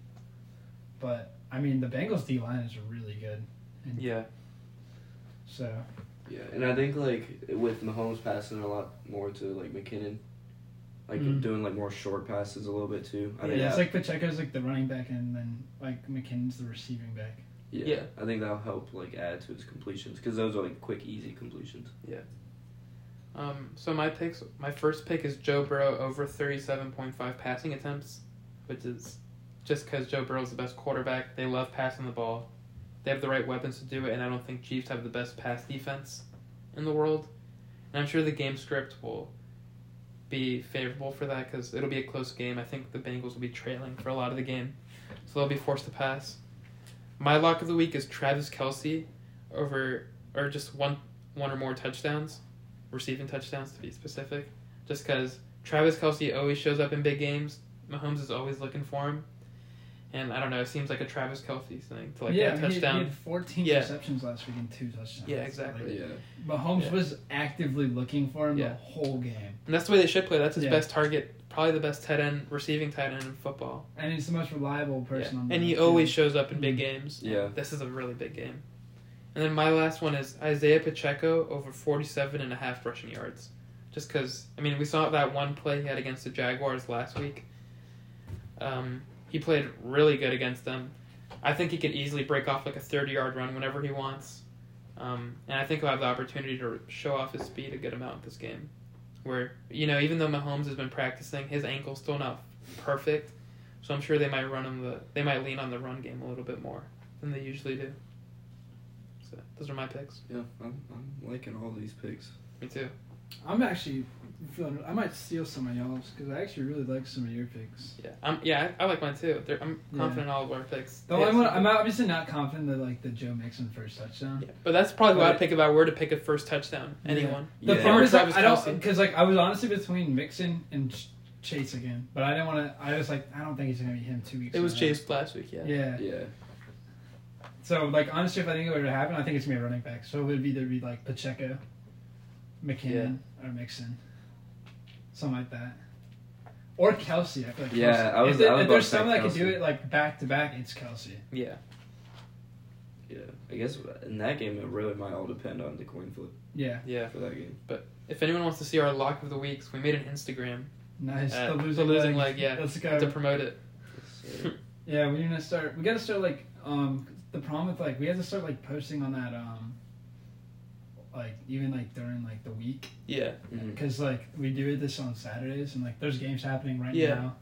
S2: but I mean the Bengals D line is really good,
S3: Yeah,
S2: so
S1: Yeah, and I think like with Mahomes passing a lot more to like McKinnon, like
S2: Mhm.
S1: doing like more short passes a little bit too. I
S2: yeah,
S1: think
S2: it's
S1: that-
S2: like Pacheco's like the running back and then like McKinnon's the receiving back.
S1: Yeah.
S3: Yeah.
S1: I think that'll help like add to his completions because those are like quick, easy completions.
S3: Um, so my picks, my first pick is Joe Burrow over thirty-seven point five passing attempts, which is just because Joe Burrow's the best quarterback. They love passing the ball. They have the right weapons to do it, and I don't think Chiefs have the best pass defense in the world. And I'm sure the game script will be favorable for that because it'll be a close game. I think the Bengals will be trailing for a lot of the game, so they'll be forced to pass. My lock of the week is Travis Kelsey over or just one one or more touchdowns receiving touchdowns to be specific, just because Travis Kelsey always shows up in big games. Mahomes is always looking for him, and I don't know. It seems like a Travis Kelsey thing to like
S2: yeah,
S3: get a
S2: he- He,
S3: touchdown.
S2: had 14
S3: Yeah.
S2: receptions last week and two touchdowns.
S3: Yeah, exactly.
S2: Like,
S1: Yeah.
S2: Mahomes
S3: Yeah.
S2: was actively looking for him the
S3: Yeah.
S2: whole game,
S3: and that's the way they should play. That's his
S2: Yeah.
S3: best target, probably the best tight end, receiving tight end in football.
S2: and he's the most reliable
S3: Yeah.
S2: person. on the Mm-hmm.
S3: And he
S2: field.
S3: always shows up in big games.
S1: Yeah.
S3: This is a really big game. And then my last one is Isaiah Pacheco over 47 and a half rushing yards. Just because, I mean, we saw that one play he had against the Jaguars last week. Um, he played really good against them. I think he could easily break off like a 30 yard run whenever he wants. Um, and I think he'll have the opportunity to show off his speed a good amount this game. Where, you know, even though Mahomes has been practicing, his ankle's still not perfect. So I'm sure they might run on the they might lean on the run game a little bit more than they usually do. So those are my picks.
S1: Yeah. I'm, I'm liking all these picks.
S3: Me too.
S2: I'm actually feeling. I might steal some of y'all's because I actually really like some of your picks.
S3: Yeah. Um. Yeah. I, I like mine too. They're, I'm
S2: Yeah.
S3: confident in all of our picks.
S2: The only one I'm obviously not confident that like the Joe Mixon first touchdown.
S3: Yeah, But that's probably what I
S2: But-
S3: pick about where to pick a first touchdown.
S2: Yeah.
S3: Anyone.
S2: The
S1: Yeah.
S2: problem
S3: Or
S2: is like,
S3: Travis
S2: I
S3: Kelce.
S2: don't because like I was honestly between Mixon and Ch- Chase again, but I didn't want to. I was like, I don't think it's gonna be him two weeks.
S3: It was
S2: in a row.
S3: Chase last week. Yeah.
S2: Yeah.
S1: Yeah.
S2: So like honestly, if I think it would happen, I think it's gonna be a running back. So it would either be like Pacheco, McKinnon, or Mixon, something like that, or Kelsey. I feel like
S1: Yeah,
S2: Kelsey.
S1: I was-
S2: If, there-
S1: I was
S2: if
S1: about
S2: there's
S1: to say
S2: someone that could do
S1: Kelsey.
S2: it like back to back, it's Kelsey.
S3: Yeah.
S1: Yeah. I guess in that game it really might all depend on the coin flip
S2: Yeah,
S3: Yeah.
S1: for that [laughs] game.
S3: If anyone wants to see our lock of the weeks, we made an Instagram
S2: nice.
S3: Uh,
S2: the losing,
S3: the losing leg, yeah.
S2: Let's go.
S3: to promote it.
S1: So,
S2: Yeah, we're gonna start. We gotta start like um the problem with like we have to start like posting on that um like even like during like the week
S3: [laughs] yeah.
S1: mhm.
S2: because like we do this on Saturdays and like there's games happening right
S3: Yeah.
S2: now.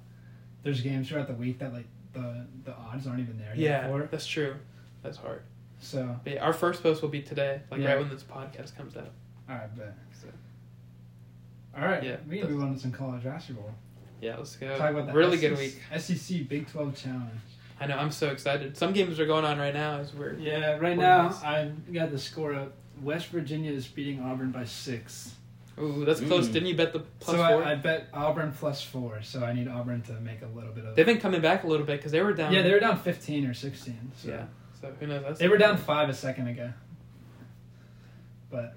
S2: There's games throughout the week that like the the odds aren't even there yet
S3: Yeah.
S2: for.
S3: That's true. That's hard.
S2: So
S3: But yeah, our first post will be today, like
S2: Yeah.
S3: right when this podcast comes out.
S2: all right, but
S3: So.
S2: all right,
S3: Yeah,
S2: we can move on to some college basketball.
S3: Yeah, let's go.
S2: Talk about the
S3: really
S2: SEC,
S3: good week.
S2: SEC Big Twelve challenge.
S3: I know. I'm so excited. Some games are going on right now as we're
S2: Yeah, right
S3: now,
S2: now I got the score up. West Virginia is beating Auburn by six.
S3: Ooh, that's close.
S1: Mm.
S3: Didn't you bet the plus
S2: so
S3: four?
S2: I, I bet Auburn plus four. So I need Auburn to make a little bit of.
S3: They've been coming back a little bit because they were down.
S2: yeah, they were down fifteen or sixteen. So.
S3: Yeah. So who knows? That's
S2: they were down five a second ago. But,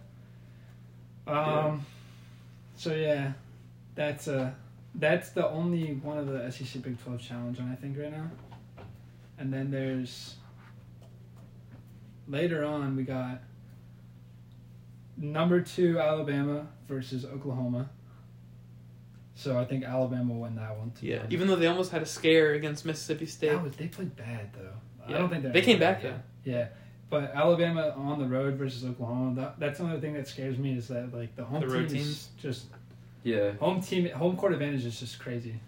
S2: um,
S1: Yeah.
S2: so yeah, that's uh that's the only one of the SEC Big Twelve challenge on I think right now, and then there's. Later on, we got number two Alabama versus Oklahoma. So I think Alabama will win that one.
S3: Yeah. Even though they almost had a scare against Mississippi State.
S2: That was, they played bad though.
S3: Yeah.
S2: I don't think they're
S3: They came back,
S2: Yeah. yeah, but Alabama on the road versus Oklahoma. That, that's another thing that scares me is that like the home
S3: The
S2: team
S3: road
S2: is just
S1: Yeah.
S2: home team home court advantage is just crazy.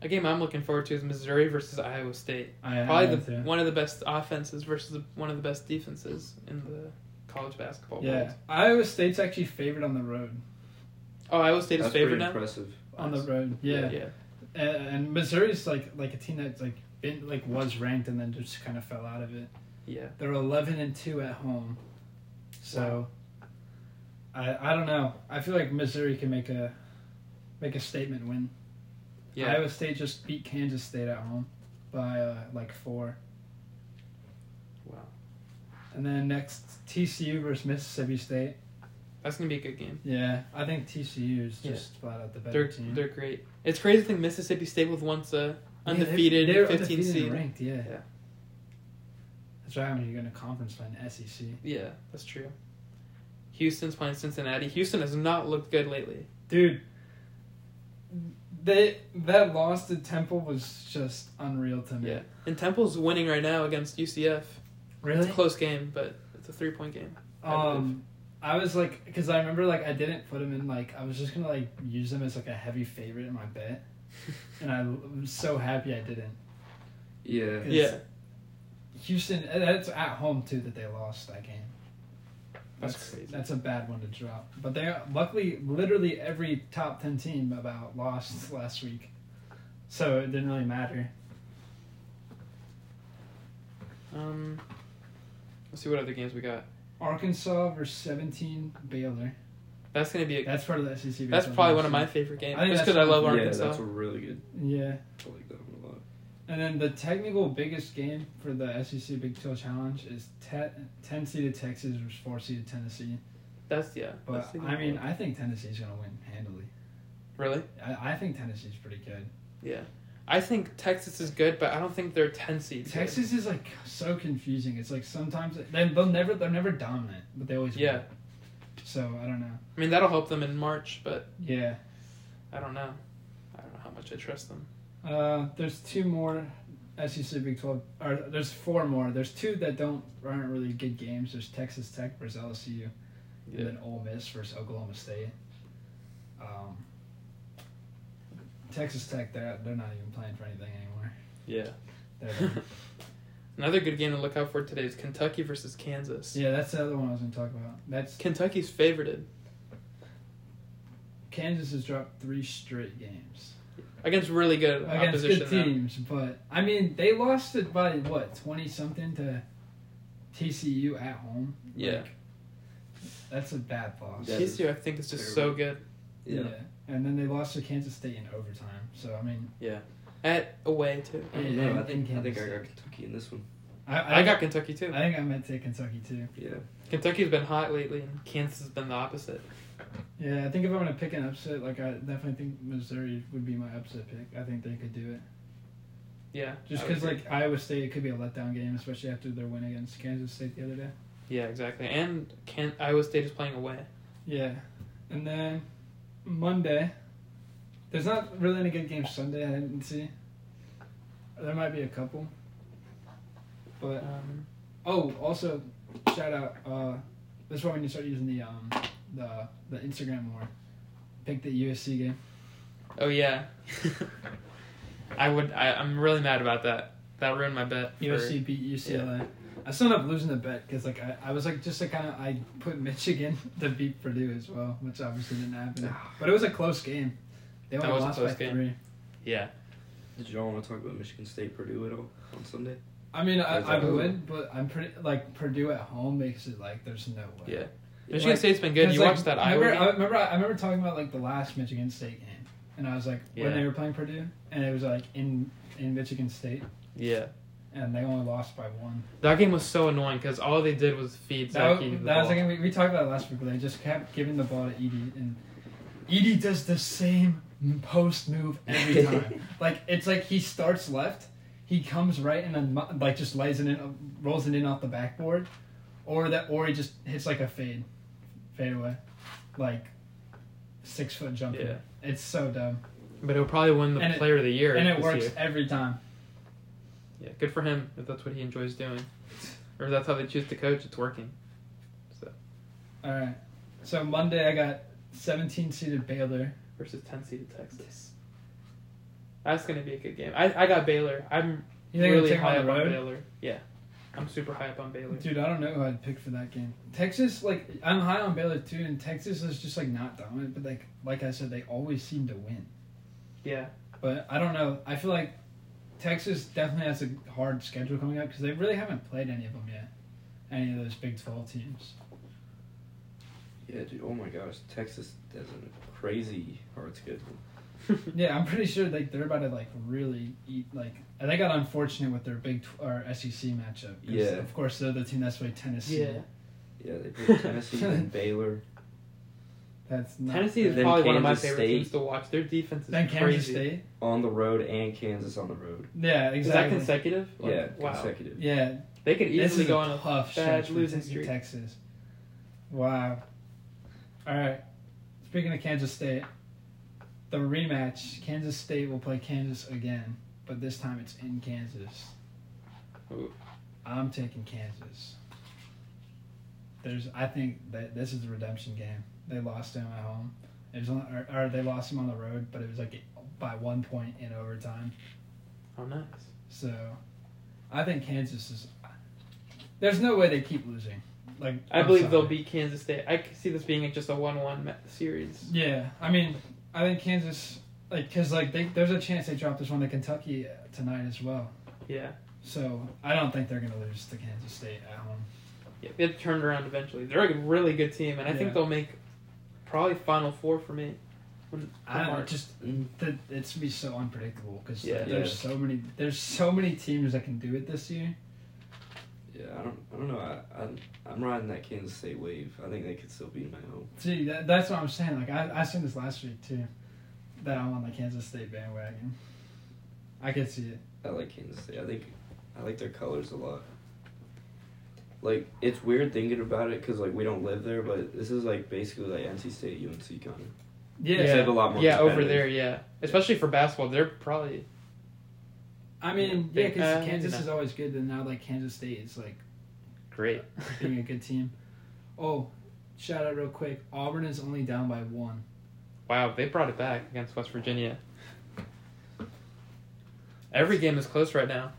S3: a game I'm looking forward to is Missouri versus Iowa State.
S2: I
S3: Probably
S2: I
S3: the,
S2: too.
S3: one of the best offenses versus the, one of the best defenses in the college basketball
S2: yeah.
S3: world.
S2: Iowa State's actually favored on the road.
S3: Oh, Iowa State is
S1: That's pretty
S3: favored now.
S1: impressive.
S2: On the road, yeah.
S3: Yeah.
S2: And, and Missouri's like like a team that's like been like was ranked and then just kind of fell out of it.
S3: Yeah.
S2: They're eleven and two at home, so I I don't know. I feel like Missouri can make a make a statement win.
S3: Yeah.
S2: Iowa State just beat Kansas State at home by uh, like four,
S3: Wow.
S2: and then next TCU versus Mississippi State.
S3: That's gonna be a good game.
S2: Yeah, I think TCU is
S3: Yeah.
S2: just flat out the better
S3: They're
S2: team.
S3: they're great. It's crazy to think Mississippi State was once a
S2: Yeah, they're-
S3: undefeated
S2: they're
S3: 15
S2: undefeated and
S3: seed.
S2: ranked. Yeah.
S3: Yeah.
S2: That's right. When you're going to conference play in SEC.
S3: Yeah, that's true. Houston's playing Cincinnati. Houston has not looked good lately.
S2: dude they that loss to temple was just unreal to me
S3: Yeah. And Temple's winning right now against UCF.
S2: Really?
S3: It's a close game, but it's a three point game.
S2: [laughs]
S3: I believe.
S2: Um, I was like, because I remember like I didn't put him in like I was just gonna like use him as like a heavy favorite in my bet, and I was so happy I didn't.
S1: Yeah.
S2: 'Cause
S3: Yeah.
S2: Houston, and that's at home too that they lost that game.
S3: That's crazy.
S2: That's a bad one to drop. But they luckily literally every top ten team about lost [laughs] last week, so it didn't really matter.
S3: Um, let's see what other games we got.
S2: Arkansas versus seventeen Baylor.
S3: That's gonna be. A,
S2: That's part of the E SEC.
S3: that's probably one of my favorite games.
S2: I think
S3: Just
S2: that's
S3: because I love
S2: one-
S1: Yeah,
S3: Arkansas.
S1: that's a really good.
S2: Yeah.
S1: I like that one a lot.
S2: And then the technical biggest game for the SEC Big 12 Challenge is te- 10 seeded Texas versus 4 seeded Tennessee.
S3: That's yeah.
S2: But
S3: that's the
S2: I
S3: game.
S2: mean, I think Tennessee's going to win handily.
S3: really,
S2: I, I think Tennessee's pretty good.
S3: yeah. I think Texas is good, but I don't think they're ten seeds.
S2: Texas is like so confusing. It's like sometimes they, they'll never they're never dominant, but they always
S3: Yeah.
S2: win. So I don't know.
S3: I mean, that'll help them in March, but
S2: Yeah.
S3: I don't know. I don't know how much I trust them.
S2: Uh, there's two more SEC Big 12, or there's four more. There's two that don't aren't really good games. There's Texas Tech versus LSU.
S3: Yeah.
S2: and then Ole Miss versus Oklahoma State. Um, Texas Tech, they're they're not even playing for anything anymore.
S3: Yeah. [laughs]
S2: They're done.
S3: Another good game to look out for today is Kentucky versus Kansas.
S2: yeah, that's the other one I was gonna talk about. That's
S3: Kentucky's favorited
S2: Kansas has dropped three straight games
S3: against really good
S2: against
S3: opposition.
S2: good
S3: though.
S2: teams, but I mean they lost it by what twenty something to TCU at home.
S3: Yeah.
S2: Like, that's a bad loss.
S1: Yeah.
S3: TCU, I think, is just so good.
S1: Yeah.
S2: and then they lost to Kansas State in overtime. So I mean,
S3: At away too.
S1: I don't
S2: Yeah,
S1: know. I
S2: and
S1: think I
S2: Kansas
S1: think I
S2: State.
S1: got Kentucky in this one.
S2: I, I,
S3: I got Kentucky too.
S2: I think I meant to take Kentucky too.
S1: Yeah.
S3: Kentucky's been hot lately, and Kansas has been the opposite.
S2: Yeah, I think if I'm gonna pick an upset, like I definitely think Missouri would be my upset pick. I think they could do it.
S3: Yeah.
S2: Just
S3: I would
S2: because
S3: agree.
S2: like Iowa State, it could be a letdown game, especially after their win against Kansas State the other day.
S3: Yeah, exactly. And can Iowa State is playing away.
S2: Yeah, and then Monday, there's not really any good games Sunday. I didn't see. There might be a couple, but
S3: Um,
S2: oh, also shout out. Uh, that's why we need to start using the um the the Instagram more. Pick the USC game.
S3: oh yeah. I would. I, I'm really mad about that. That ruined my bet. for-
S2: USC beat UCLA. I still ended up losing the bet because like I, I was like just to kind of I put Michigan [laughs] to beat Purdue as well, which obviously didn't happen. But it was a close game. They
S3: That
S2: only
S3: was a
S2: lost
S3: close
S2: by
S3: game.
S2: three.
S3: Yeah.
S1: Did y'all want to talk about Michigan State Purdue at all on Sunday?
S2: I mean, I,
S1: That's
S2: I
S1: awesome.
S2: would, but I'm pretty like Purdue at home makes it like there's no way.
S3: Yeah.
S2: Yeah,
S3: Michigan
S2: like-
S3: State's been good.
S2: 'Cause,
S3: You
S2: like,
S3: watched that Iowa
S2: remember,
S3: game.
S2: I remember. I remember talking about like the last Michigan State game, and I was like
S3: Yeah.
S2: when they were playing Purdue, and it was like in in Michigan State,
S3: yeah.
S2: and they only lost by one.
S3: That game was so annoying because all they did was feed
S2: That,
S3: Zaki. the
S2: that was
S3: ball.
S2: like we, we talked about it last week, but they just kept giving the ball to Edie, and Edie does the same post move
S1: [laughs]
S2: every time. like it's like he starts left, he comes right, and then mu- like just lays it in, uh, rolls it in off the backboard, or that, or he just hits like a fade, fade away, like six foot jumper.
S3: Yeah.
S2: It's so dumb,
S3: But he'll probably win the
S2: And it-
S3: Player of the Year.
S2: and it
S3: this
S2: works
S3: year.
S2: every time.
S3: Yeah, good for him if that's what he enjoys doing, or if that's how they choose to coach. It's working.
S2: All right, so Monday I got seventeen seeded Baylor.
S3: Versus ten seeded Texas. That's gonna be a good game. I, I got Baylor. I'm
S2: You think
S3: really
S2: they're
S3: high
S2: taking on
S3: up
S2: the
S3: on
S2: road?
S3: Baylor. Yeah, I'm super high up on Baylor.
S2: Dude, I don't know who I'd pick for that game. Texas, like I'm high on Baylor too, and Texas is just like not dominant, but like like I said, they always seem to win.
S3: Yeah,
S2: [laughs] But I don't know. I feel like Texas definitely has a hard schedule coming up because they really haven't played any of them yet. Any of those Big Twelve teams.
S1: Yeah, dude. Oh my gosh, Texas does a crazy hard schedule.
S2: Yeah, I'm pretty sure like they're about to like really eat like. And they got unfortunate with their Big tw- or SEC matchup. 'cause,
S1: Yeah.
S2: Of course, they're the team that's played Tennessee.
S3: Yeah.
S1: Yeah, they
S3: [laughs]
S1: played Tennessee and Baylor.
S2: That's not.
S3: Tennessee is
S1: Then
S3: probably one of my
S1: Kansas
S3: favorite
S1: State.
S3: teams to watch. Their defense is
S2: Then Kansas
S3: crazy.
S2: State.
S1: on the road and Kansas on the road.
S2: Yeah,
S3: Is that
S2: exactly.
S3: consecutive? Like,
S1: yeah,
S3: wow.
S1: consecutive.
S2: yeah,
S3: They could
S2: This
S3: easily
S2: is
S3: go
S2: a
S3: on a
S2: tough
S3: bad
S2: stretch for
S3: losing
S2: Te-
S3: streak.
S2: Texas. Wow. All right. Speaking of Kansas State, the rematch, Kansas State will play Kansas again, but this time it's in Kansas. I'm taking Kansas. There's, I think that this is the redemption game. They lost him at home. It was on, or, or they lost him on the road, but it was like by one point in overtime.
S3: Oh, nice.
S2: So, I think Kansas is. There's no way they keep losing. Like
S3: I
S2: I'm
S3: believe
S2: sorry.
S3: they'll beat Kansas State. I could see this being like just a one-one ma- series.
S2: Yeah, I mean, I think Kansas, like, cause like they, there's a chance they drop this one to Kentucky uh, tonight as well.
S3: Yeah,
S2: So I don't think they're gonna lose to Kansas State at home.
S3: yeah. It turned around eventually. They're a really good team, and I
S2: Yeah.
S3: think they'll make probably Final Four for me. When,
S2: I don't know,
S3: March.
S2: just that it's gonna be so unpredictable because
S3: Yeah.
S2: there's
S1: Yeah.
S2: so many there's so many teams that can do it this year.
S1: Yeah, I don't, I don't know. I, I'm, I'm riding that Kansas State wave. I think they could still beat my home.
S2: See, that, that's what I'm saying. Like I I seen this last week too, that I'm on the Kansas State bandwagon. I could see it.
S1: I like Kansas State. I think, I like their colors a lot. Like it's weird thinking about it because like we don't live there, but this is like basically like NC State, UNC kind of.
S2: Yeah,
S1: Except a lot more
S3: yeah, over
S1: competitive.
S3: there, yeah. Especially for basketball, they're probably
S2: I mean, yeah,
S3: Big-
S2: because
S3: uh,
S2: Kansas
S3: no.
S2: is always good, and now like Kansas State is like
S3: [laughs] great.
S2: being a good team. Oh, shout out real quick. Auburn is only down by one.
S3: wow, they brought it back against West Virginia. Every game is close right now,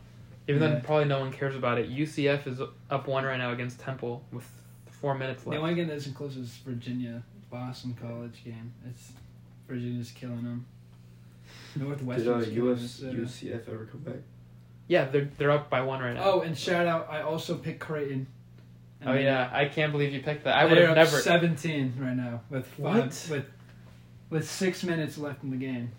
S3: even though
S2: Yeah.
S3: probably no one cares about it. UCF is up one right now against Temple with four minutes
S2: The
S3: left.
S2: only game that's isn't close is Virginia Boston College game. It's Virginia's killing them.
S1: Did
S2: Northwestern's
S1: uh,
S2: killing
S1: US,
S2: Minnesota.
S1: UCF ever come back?
S3: Yeah, they're they're up by one right now.
S2: Oh, and shout out! I also picked Creighton.
S3: Oh yeah, I can't believe you picked that. I would
S2: They're
S3: have
S2: up
S3: never.
S2: seventeen right now with five,
S3: What?
S2: with with six minutes left in the game.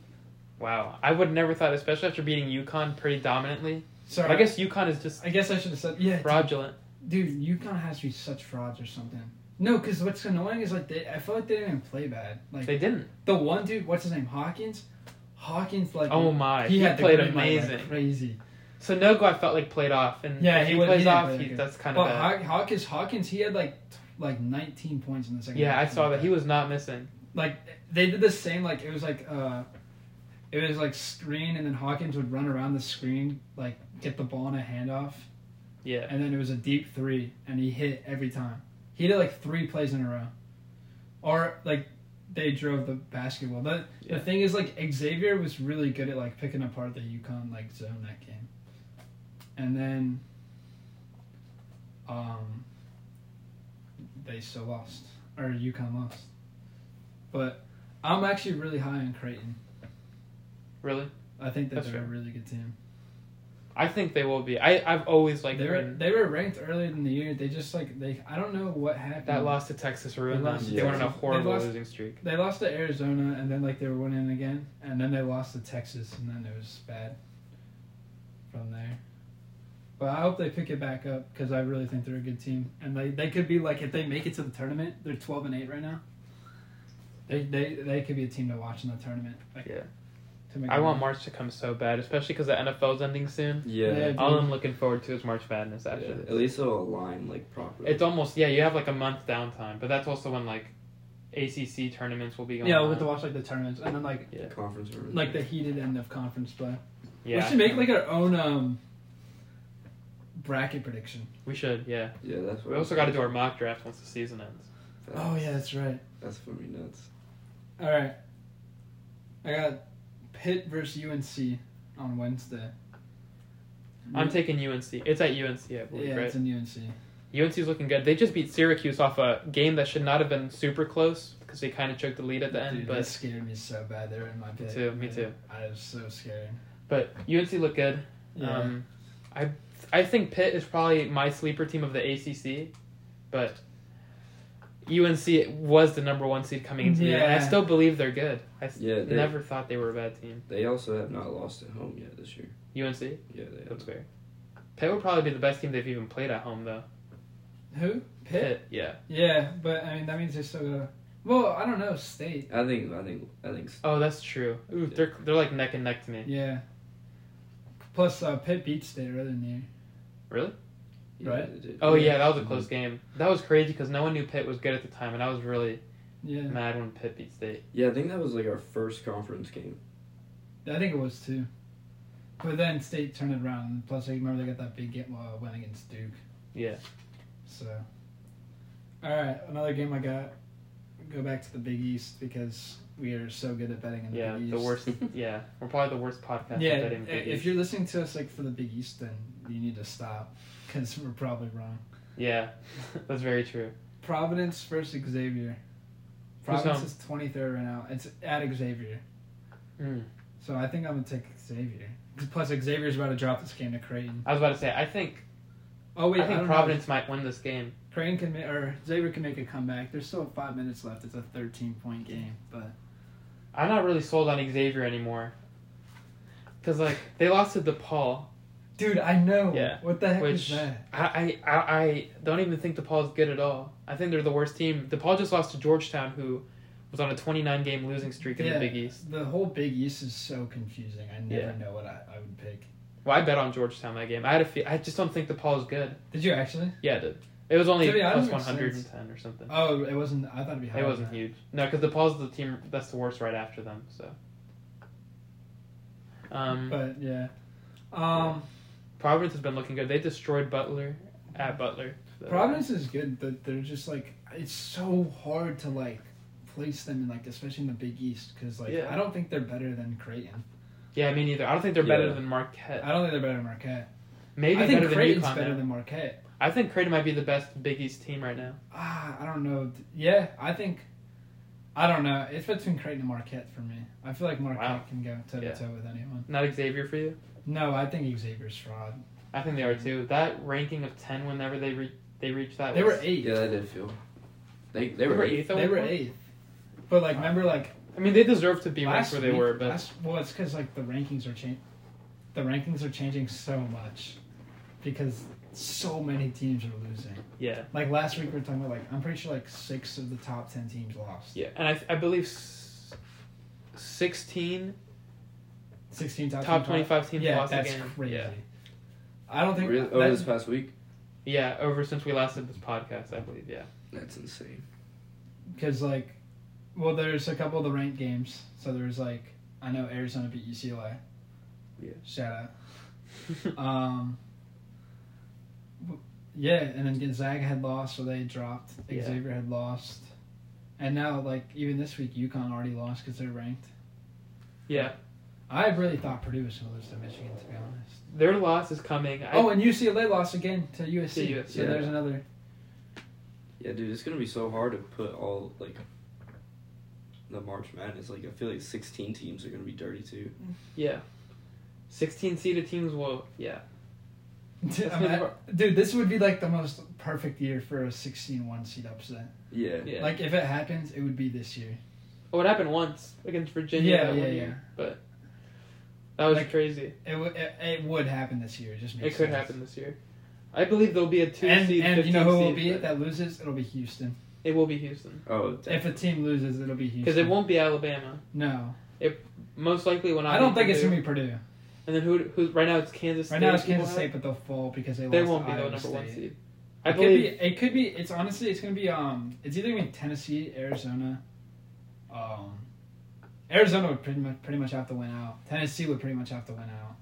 S3: Wow, I would never thought, especially after beating UConn pretty dominantly.
S2: Sorry,
S3: I guess UConn is just
S2: I guess I should have said yeah.
S3: fraudulent.
S2: Dude, UConn has to be such frauds or something. No, because what's annoying is like they. I feel like they didn't even play bad. Like
S3: They didn't.
S2: the one dude, what's his name, Hawkins. Hawkins like
S3: Oh my,
S2: he,
S3: he,
S2: had the
S3: played
S2: green light like
S3: amazing.
S2: crazy.
S3: So Nogo, I felt like played off, and
S2: Yeah,
S3: if
S2: he
S3: he
S2: would- he
S3: plays
S2: didn't
S3: off.
S2: play that
S3: he,
S2: good.
S3: that's kind of
S2: But
S3: bad.
S2: Haw- Hawkins, Hawkins, he had like t- like 19 points in the second.
S3: yeah, I
S2: half.
S3: saw that he was not missing.
S2: like they did the same. Like it was like uh, it was like screen, and then Hawkins would run around the screen, like get the ball in a handoff,
S3: Yeah,
S2: and then it was a deep three, and he hit every time. He did like three plays in a row, or like they drove the basketball. But
S3: Yeah.
S2: the thing is, like Xavier was really good at like picking apart the Yukon like zone that game, and then um they still lost or UConn lost. But I'm actually really high on Creighton.
S3: really.
S2: I think that
S3: That's
S2: they're a
S3: fair.
S2: really good team.
S3: I think they will be. I I've always liked
S2: they were
S3: them.
S2: they were ranked earlier in the year. They just like they I don't know what happened.
S3: that loss to Texas ruined
S2: They
S3: them.
S2: lost
S1: to
S3: They went on a
S2: Texas. They
S3: horrible
S2: lost-
S3: losing streak.
S2: They lost to Arizona and then like they were winning again and then they lost to Texas and then it was bad from there. But I hope they pick it back up because I really think they're a good team and they, they could be like if they make it to the tournament they're twelve and eight right now. They they they could be a team to watch in the tournament. Like,
S3: Yeah.
S2: To make
S3: I
S2: it
S3: want March to come so bad, especially because the NFL's ending soon.
S2: Yeah.
S1: Yeah.
S3: All I'm looking forward to is March Madness.
S1: yeah.
S3: Actually,
S1: At least it'll align like properly.
S3: It's almost yeah. You have like a month downtime, but that's also when like ACC tournaments will be going.
S2: yeah,
S3: on.
S2: we have to watch like the tournaments and then like
S1: conference or
S2: like the heated end of conference play.
S3: yeah.
S2: We should make like our own um bracket prediction.
S3: we should yeah.
S1: Yeah, that's what
S3: We also got to do our mock draft once the season ends.
S1: That's,
S2: Oh yeah, that's right.
S1: That's gonna be nuts.
S2: All right. I got Pitt versus UNC on Wednesday.
S3: I'm taking UNC. It's at UNC, I believe.
S2: Mm-hmm. yeah,
S3: right?
S2: it's in UNC.
S3: UNC's looking good. They just beat Syracuse off a game that should not have been super close because they kind of choked the lead at the end.
S2: Dude, that
S3: but
S2: scared me so bad. They were in my
S3: me
S2: pick.
S3: too, me too.
S2: I was so scared.
S3: But UNC looked good.
S2: Yeah.
S3: Um, I I think Pitt is probably my sleeper team of the ACC, but UNC was the number one seed coming into the year. And I
S2: Yeah.
S3: still believe they're good. I s-
S1: Yeah, they-
S3: never thought they were a bad team.
S1: They also have not lost at home yet this year.
S3: UNC,
S1: Yeah, they have.
S3: that's fair. Pitt would probably be the best team they've even played at home though.
S2: Who? Pitt?
S3: yeah.
S2: Yeah, but I mean that means they still got. Well, I don't know. State.
S1: I think. I think. I think.
S3: Oh, that's true. Ooh, they're they're like neck and neck to me.
S2: Yeah. Plus, uh, Pitt beat State earlier in the year.
S3: Really?
S1: Yeah,
S2: Right.
S1: they did.
S3: Oh yeah, that was a
S1: Mhm.
S3: close game. That was crazy because no one knew Pitt was good at the time, and I was really
S2: Yeah.
S3: mad when Pitt beat State.
S1: Yeah, I think that was like our first conference game.
S2: I think it was too. But then State turned it around. Plus, I remember they got that big game, uh, win against Duke.
S3: Yeah.
S2: So, all right, another game I got. Go back to the Big East because we are so good at betting in the
S3: Yeah.
S2: Big East.
S3: The worst. yeah. We're probably the worst podcast.
S2: Yeah,
S3: at betting
S2: i- if
S3: biggest.
S2: you're listening to us like for the Big East, then you need to stop because we're probably wrong.
S3: Yeah. [laughs] That's very true.
S2: Providence versus Xavier. Providence
S3: home?
S2: is 23rd right now. It's at Xavier,
S3: Mm.
S2: so I think I'm gonna take Xavier. 'Cause Plus, Xavier's about to drop this game to Creighton.
S3: I was about to say. I think.
S2: Oh wait,
S3: I
S2: I
S3: think
S2: don't know.
S3: Providence might win this game.
S2: Crane can make, or Xavier can make a comeback. There's still five minutes left. It's a 13 point game, but
S3: I'm not really sold on Xavier anymore. Cause like they lost to DePaul.
S2: dude, I know.
S3: Yeah.
S2: What the heck is
S3: Which
S2: that?
S3: I, I, I I don't even think DePaul's good at all. I think they're the worst team. DePaul just lost to Georgetown, who was on a 29 game losing streak in
S2: Yeah.
S3: the Big East.
S2: The whole Big East is so confusing. I never
S3: Yeah.
S2: know what I, I would pick.
S3: Well, I bet on Georgetown that game. I had a fe- I just don't think DePaul's good.
S2: Did you actually?
S3: Yeah, it, it was only
S2: To me, I don't
S3: plus
S2: make
S3: 110 or something.
S2: Oh, it wasn't. I thought it'd be higher.
S3: it wasn't
S2: than that.
S3: huge. No, because DePaul's the team that's the worst right after them. So. Um,
S2: But yeah. Um,
S3: Providence has been looking good. They destroyed Butler at Butler. so-
S2: Providence is good, but they're just like it's so hard to like place them in like especially in the Big East because like
S3: Yeah.
S2: I don't think they're better than Creighton.
S3: Yeah, me neither. I don't think they're better
S1: Yeah.
S3: than Marquette.
S2: I don't think they're better than Marquette.
S3: Maybe
S2: I think
S3: better than
S2: Creighton's
S3: UConn.
S2: better
S3: now.
S2: than Marquette.
S3: I think Creighton might be the best Big East team right now.
S2: Ah, I don't know. Yeah, I think. I don't know. It's between Creighton and Marquette for me. I feel like Marquette
S3: Wow.
S2: can go toe
S3: Yeah.
S2: to toe with anyone.
S3: Not Xavier for you.
S2: No, I think Xavier's fraud.
S3: I think they are too. That ranking of ten, whenever they re- they reach that,
S2: They
S3: was-
S2: were
S1: [laughs]
S2: eighth. [laughs]
S1: Yeah, that did feel. They
S3: they
S1: they
S3: were
S1: were eight.
S3: eighth. at
S2: They
S3: one
S2: were
S3: point?
S2: eighth. But like, remember like
S3: I mean, they deserve to be ranked
S2: last
S3: where they
S2: week-
S3: were, but
S2: last, well, it's because like the rankings are changing. The rankings are changing so much because so many teams are losing.
S3: yeah,
S2: Like last week, we were talking about like I'm pretty sure like six of the top ten teams lost.
S3: yeah. And I I believe s- sixteen
S2: Sixteen top, 25
S3: top twenty five teams
S2: Yeah,
S3: lost
S2: that's
S3: again.
S2: crazy.
S3: Yeah,
S2: I don't think
S1: Really? Oh,
S2: that-
S1: Over this past week?
S3: yeah. Over since we last did this podcast, I believe. Yeah, [laughs]
S1: That's insane.
S2: because like, well, there's a couple of the ranked games. So there's like, I know Arizona beat UCLA.
S1: Yeah.
S2: Shout out. um. w- Yeah, and then Gonzaga had lost, so they dropped.
S3: Yeah.
S2: Xavier had lost, and now like even this week, UConn already lost because they're ranked.
S3: yeah.
S2: I really thought Purdue was going to lose to Michigan, to be honest.
S3: Their loss is coming. I,
S2: oh, and UCLA lost again to USC.
S3: To USC,
S2: so
S1: yeah.
S2: there's another.
S1: Yeah, dude, it's gonna be so hard to put all like the March Madness. Like, I feel like sixteen teams are gonna be dirty too.
S3: yeah. Sixteen seeded teams will yeah.
S2: [laughs] I mean, I- dude, this would be like the most perfect year for a 16-1 seed upset.
S1: Yeah.
S3: Yeah.
S2: Like if it happens, it would be this year.
S3: Oh, it happened once against Virginia.
S2: Yeah,
S3: that
S2: yeah,
S3: one
S2: yeah.
S3: year, But that was
S2: Like,
S3: crazy.
S2: It, w- it, it would happen this year. It just
S3: It
S2: makes
S3: could
S2: sense.
S3: happen this year. I believe there'll be a two
S2: And,
S3: seed.
S2: and you know
S3: 15
S2: who will
S3: seed,
S2: be it
S3: but
S2: that loses? It'll be Houston.
S3: It will be Houston
S1: Oh,
S2: If a team loses, it'll be Houston.
S3: because it won't be Alabama.
S2: No,
S3: Most likely when I
S2: I don't think it's gonna be Purdue.
S3: And then who? Who? Right now it's Kansas.
S2: Right
S3: State
S2: now it's
S3: people
S2: Kansas
S3: have.
S2: State, but they'll fall because they,
S3: They
S2: lost
S3: won't
S2: to
S3: be the
S2: Iowa
S3: number
S2: State.
S3: one seed. I
S2: it
S3: believe.
S2: could be. It could be. It's honestly. It's gonna be. Um. It's either gonna be Tennessee, Arizona. Um. Arizona would pretty much pretty much have to win out. Tennessee would pretty much have to win out.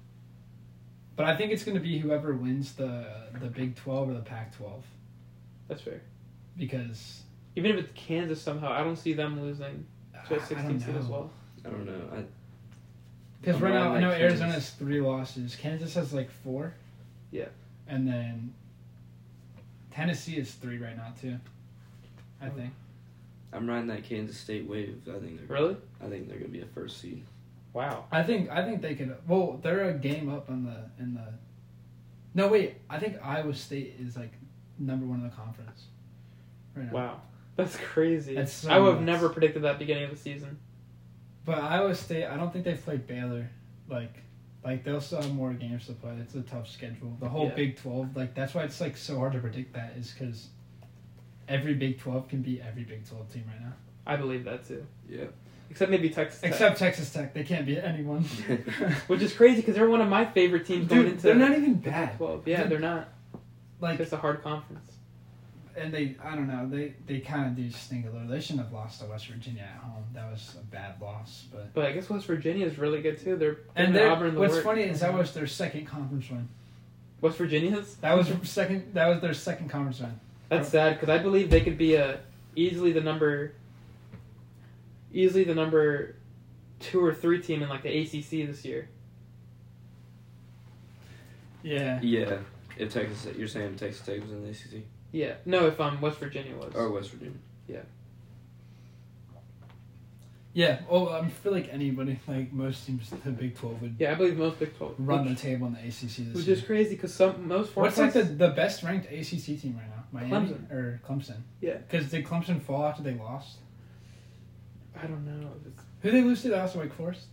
S2: But I think it's gonna be whoever wins the the Big Twelve or the Pac twelve
S3: That's fair.
S2: because
S3: Even if it's Kansas somehow, I don't see them losing to
S2: I-
S3: a
S2: I
S3: 16
S2: don't
S3: seed as
S2: know.
S3: well.
S1: I don't know. I,
S2: Because
S1: I'm
S2: right
S1: glad
S2: now, I
S1: that
S2: know
S1: Kansas-
S2: Arizona has three losses. Kansas has like four.
S3: Yeah.
S2: And then Tennessee is three right now too. I
S3: Oh.
S2: think.
S1: I'm riding that Kansas State wave. I think they're.
S3: Really?
S1: I think they're gonna be a first seed.
S3: Wow.
S2: I think I think they could. Well, they're a game up on the in the. No wait, I think Iowa State is like number one in the conference. Right now.
S3: Wow. That's crazy.
S2: That's so
S3: I would have
S2: nuts.
S3: never predicted that beginning of the season.
S2: But Iowa State, I don't think they've played Baylor. Like, like they'll still have more games to play. It's a tough schedule. The whole
S3: Yeah.
S2: Big Twelve, like that's why it's like so hard to predict that is because every Big Twelve can beat every Big Twelve team right now.
S3: I believe that too.
S1: Yeah.
S3: Except maybe Texas. Tech.
S2: Except Texas Tech, they can't beat anyone.
S3: [laughs]
S2: [laughs]
S3: Which is crazy because they're one of my favorite teams going
S2: Dude,
S3: into
S2: they're not even bad.
S3: 12. Yeah,
S2: Dude.
S3: they're not.
S2: Like,
S3: It's a hard conference.
S2: and they I don't know they they kind of do stink a little. They shouldn't have lost to West Virginia at home. That was a bad loss, but
S3: But I guess West Virginia is really good too. They're
S2: and
S3: they're
S2: they're-
S3: Auburn the
S2: what's
S3: work.
S2: funny is that was their second conference win.
S3: West Virginia's.
S2: That
S3: [laughs]
S2: was their second. That was their second conference win.
S3: That's sad because I believe they could be a easily the number easily the number two or three team in like the ACC this year.
S2: Yeah,
S1: Yeah, if Texas, you're saying Texas Tech was in the ACC
S3: Yeah, no, if um West Virginia was.
S1: or West Virginia.
S2: yeah. Oh, I feel like anybody, like most teams, in the Big Twelve would
S3: Yeah, I believe most Big Twelve.
S2: run
S3: which,
S2: the table in the ACC this
S3: which
S2: year.
S3: is crazy because some most
S2: What's
S3: forecasts-
S2: like the, the best ranked ACC team right now? Miami
S3: Clemson.
S2: or Clemson?
S3: Yeah.
S2: Because did Clemson fall after they lost?
S3: I don't know. if It's,
S2: Who they lose to last? Wake Forest.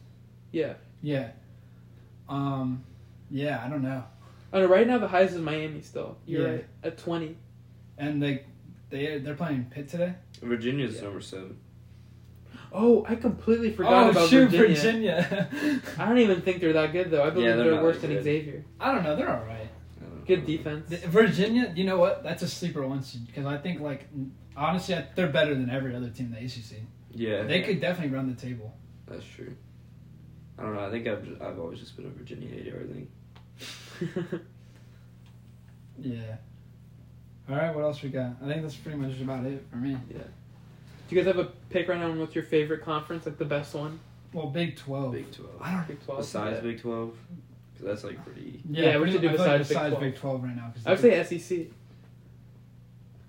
S3: yeah,
S2: Yeah. Um. Yeah, I don't know.
S3: I know. Right now, the highest is Miami still. You're
S2: Yeah.
S3: right at twenty.
S2: And they they they're playing Pitt today.
S1: Virginia's
S3: Yeah.
S1: number seven.
S3: Oh, I completely forgot
S2: oh
S3: about
S2: shoot,
S3: Virginia.
S2: Virginia. [laughs]
S3: I don't even think they're that good though. I believe
S1: Yeah,
S3: they're,
S1: they're not
S3: worse
S1: that
S3: than
S1: good.
S3: Xavier.
S2: I don't know. They're all right.
S1: I don't know.
S3: Good defense. [laughs]
S2: Th- Virginia, you know what? That's a sleeper one seed because I think like honestly, I, they're better than every other team in the ACC.
S1: Yeah,
S2: They could definitely run the table.
S1: that's true. I don't know. I think I've ju- I've always just been a Virginia hater. I think
S2: Yeah. All right. What else we got? I think that's pretty much about it for me.
S3: Do you guys have a pick right now on what's your favorite conference, like the best one?
S2: Well, Big Twelve.
S1: Big Twelve.
S2: Oh, I don't.
S3: Big Twelve.
S1: Besides Big Twelve, 'Cause that's like pretty.
S3: Yeah, we
S2: pretty-
S3: should do
S2: I feel like
S3: besides Big
S2: besides
S3: 12.
S2: Big Twelve right now. 'cause
S3: I would
S2: they-
S3: say E SEC.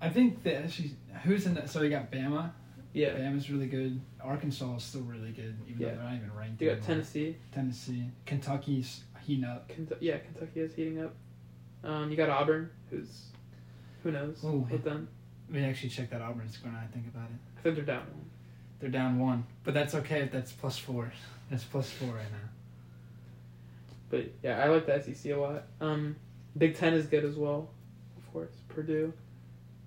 S2: I think that she who's in that. So you got Bama.
S3: Yeah.
S2: Bama's really good. Arkansas is still really good, even
S3: Yeah.
S2: though they're not even ranked.
S3: You got
S2: anymore.
S3: Tennessee.
S2: Tennessee, Kentucky's heating up.
S3: Kentu- yeah, Kentucky is heating up. Um, you got Auburn, who's who knows
S2: Ooh.
S3: with them.
S2: We actually checked that Auburn score. Now I think about it,
S3: I think they're down one.
S2: they're down one, but that's okay. if That's plus four. That's plus four right now.
S3: But yeah, I like the SEC a lot. Um, Big Ten is good as well, of course. Purdue.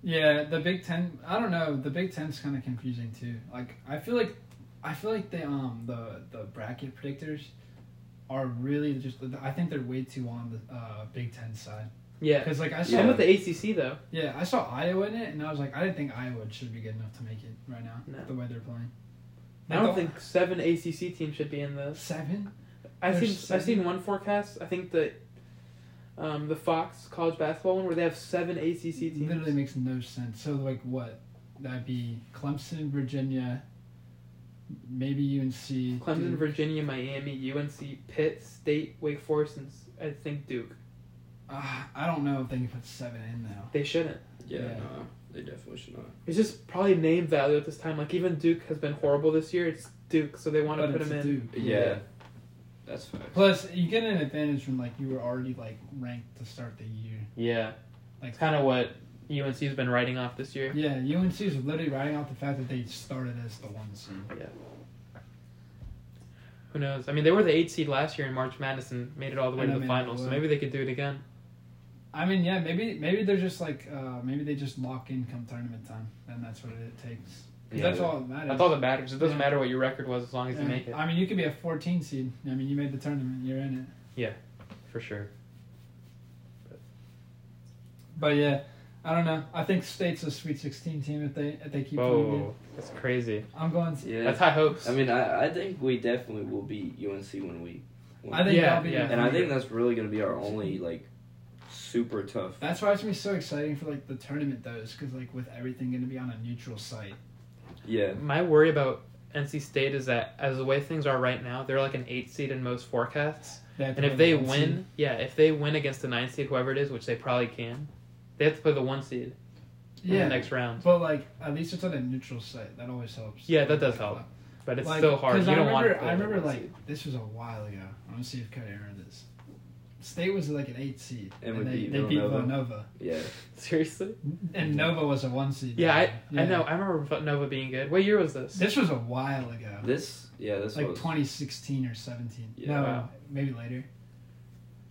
S2: Yeah, the Big Ten. I don't know. The Big Ten's kind of confusing too. Like I feel like, I feel like the um the the bracket predictors are really just. I think they're way too on the uh, Big Ten side.
S3: Yeah.
S2: Because like I saw
S3: Same with the ACC though.
S2: Yeah, I saw Iowa in it, and I was like, I didn't think Iowa should be good enough to make it right now.
S3: No.
S2: The way they're playing.
S3: I don't think seven ACC teams should be in this.
S2: seven.
S3: I've
S2: There's
S3: seen
S2: seven.
S3: I've seen one forecast. I think the um, the Fox college basketball one where they have seven ACC teams.
S2: Literally makes no sense. So like, what? That'd be Clemson, Virginia, maybe UNC.
S3: Clemson,
S2: Duke.
S3: Virginia, Miami, UNC, Pitt, State, Wake Forest, and s- I think Duke.
S2: Ah, I don't know if they can put seven in though.
S3: They shouldn't.
S1: Yeah,
S2: Yeah.
S1: no, they definitely should not.
S3: It's just probably name value at this time. Like even Duke has been horrible this year. It's Duke, so they want to
S2: But
S3: put
S2: it's
S3: them in.
S2: Duke.
S1: Yeah,
S3: Yeah.
S1: that's fact.
S2: Plus, you get an advantage from like you were already like ranked to start the year.
S3: Yeah,
S2: Like,
S3: kind of what UNC has been writing off this year.
S2: yeah, UNC is literally riding out the fact that they started as the one seed.
S3: Who knows? I mean, they were the eight seed last year in March Madness and made it all the way
S2: I
S3: to
S2: know,
S3: the
S2: man,
S3: finals. So
S2: well.
S3: maybe they could do it again.
S2: I mean, yeah, maybe maybe they're just like uh, maybe they just lock in come tournament time, and that's what it takes. 'Cause
S1: Yeah.
S2: That's all that matters.
S3: That's all that matters. It doesn't
S2: Yeah.
S3: matter what your record was as long as you
S2: And,
S3: make it.
S2: I mean, you could be a 14 seed. I mean, you made the tournament, you're in it.
S3: For sure.
S2: But yeah, I don't know. I think State's a Sweet 16 team if they if they keep playing. good.
S3: Whoa, that's crazy.
S2: I'm going. To,
S1: Yeah,
S3: That's high hopes.
S1: I mean, I, I think we definitely will beat UNC when we. Win.
S2: I think
S3: Yeah,
S2: that'll be.
S3: yeah.
S1: and I think that's really gonna be our only like super tough.
S2: that's why it's gonna be so exciting for like the tournament though, is because like with everything gonna be on a neutral site.
S1: Yeah,
S3: My worry about NC State is that as the way things are right now, they're like an eight seed in most forecasts.
S2: They have to
S3: And if
S2: play
S3: they
S2: the one seed.
S3: win, yeah, if they win against the nine seed, whoever it is, which they probably can, they have to play the one seed in
S2: yeah.
S3: the next round.
S2: But like at least it's on a neutral site. That always helps.
S3: Yeah, that does help. But it's
S2: Like,
S3: still hard.
S2: 'cause
S3: You
S2: I
S3: don't want
S2: remember,
S3: to play
S2: I
S3: the
S2: remember
S3: one
S2: like
S3: seed.
S2: this was a while ago. I want to see if Cody remember this. State was like an eight seed,
S1: And
S2: and,
S1: we
S2: they,
S1: beat
S2: they beat
S1: Villanova.
S2: Villanova,
S1: yeah.
S3: [laughs] seriously.
S2: and Nova was a one seed.
S3: Yeah, I I
S2: Yeah.
S3: know. I remember Nova being good. What year was this?
S2: This was a while ago,
S1: This, yeah, this
S2: like
S1: was
S2: 2016 or 17.
S1: Yeah.
S2: no,
S3: Wow.
S2: maybe later.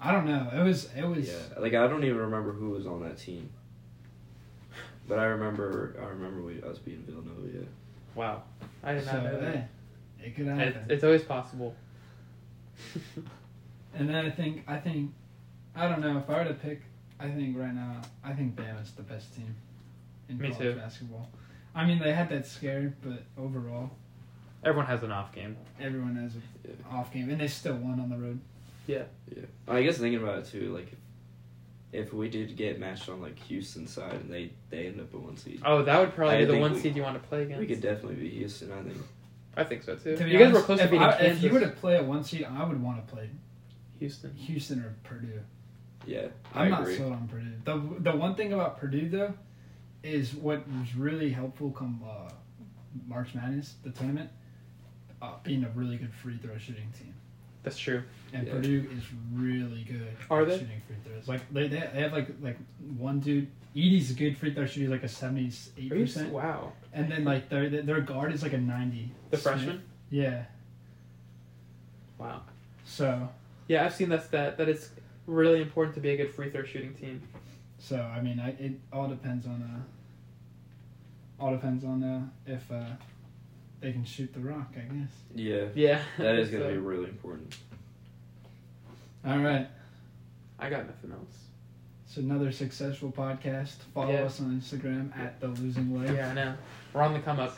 S2: I don't know. It was it was
S1: yeah. Like I don't even remember who was on that team, but I remember I remember we us beating Villanova. Yeah,
S3: Wow, I did
S2: so,
S3: not know that.
S2: eh, it could happen.
S3: It's, it's always possible.
S2: and then I think I think I don't know if I were to pick. I think right now I think Bama's the best team. in
S3: Me
S2: college
S3: too.
S2: basketball. I mean, they had that scared, but overall,
S3: [laughs] Everyone has an off game.
S2: everyone has an
S4: Yeah.
S2: off game, and they still won on the road.
S1: I guess thinking about it too, like if, if we did get matched on like Houston side and they they end up a one seed,
S3: Oh, that would probably
S1: I
S3: be the
S1: think
S3: one
S1: we-
S3: seed you want to play against.
S1: we could definitely beat Houston. I think
S3: I think so too.
S2: To be
S3: you guys were
S2: honest,
S3: close to
S2: if
S3: beating
S2: I-
S3: Kansas.
S2: If you would have played at one seed, I would want to play
S3: Houston.
S2: Houston or Purdue.
S1: yeah, I
S2: I'm not
S1: agree.
S2: sold on Purdue. The the one thing about Purdue though is what was really helpful come uh, March Madness, the tournament, uh, being a really good free throw shooting team.
S3: That's true.
S2: And
S1: Yeah.
S2: Purdue is really good.
S3: Are
S2: at
S3: they?
S2: shooting free throws? Like they, they they have like like one dude. Edie's a good free throw shooter, he's like a seventy eight
S3: Are you
S2: percent,
S3: wow.
S2: and then like their their guard is like a ninety.
S3: The
S2: Smith.
S3: freshman?
S2: Yeah.
S3: Wow.
S2: So
S3: Yeah, I've seen that stat that it's really important to be a good free throw shooting team.
S2: so I mean I, it all depends on uh all depends on uh if uh they can shoot the rock I guess.
S1: Yeah,
S3: Yeah.
S1: that is gonna
S2: [laughs]
S3: [laughs] So,
S1: be really important.
S2: All right.
S3: I got nothing else.
S2: It's another successful podcast. Follow
S3: Yeah.
S2: us on Instagram at the losing leg.
S3: Yeah, I know. We're on the come up.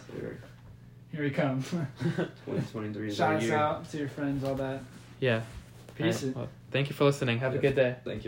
S2: Here we come.
S1: Twenty twenty three is our
S2: Shouts
S1: year.
S2: out to your friends, all that.
S3: yeah.
S2: Peace.
S3: Alright, well, thank you for listening. Have a good day.
S1: Thank you.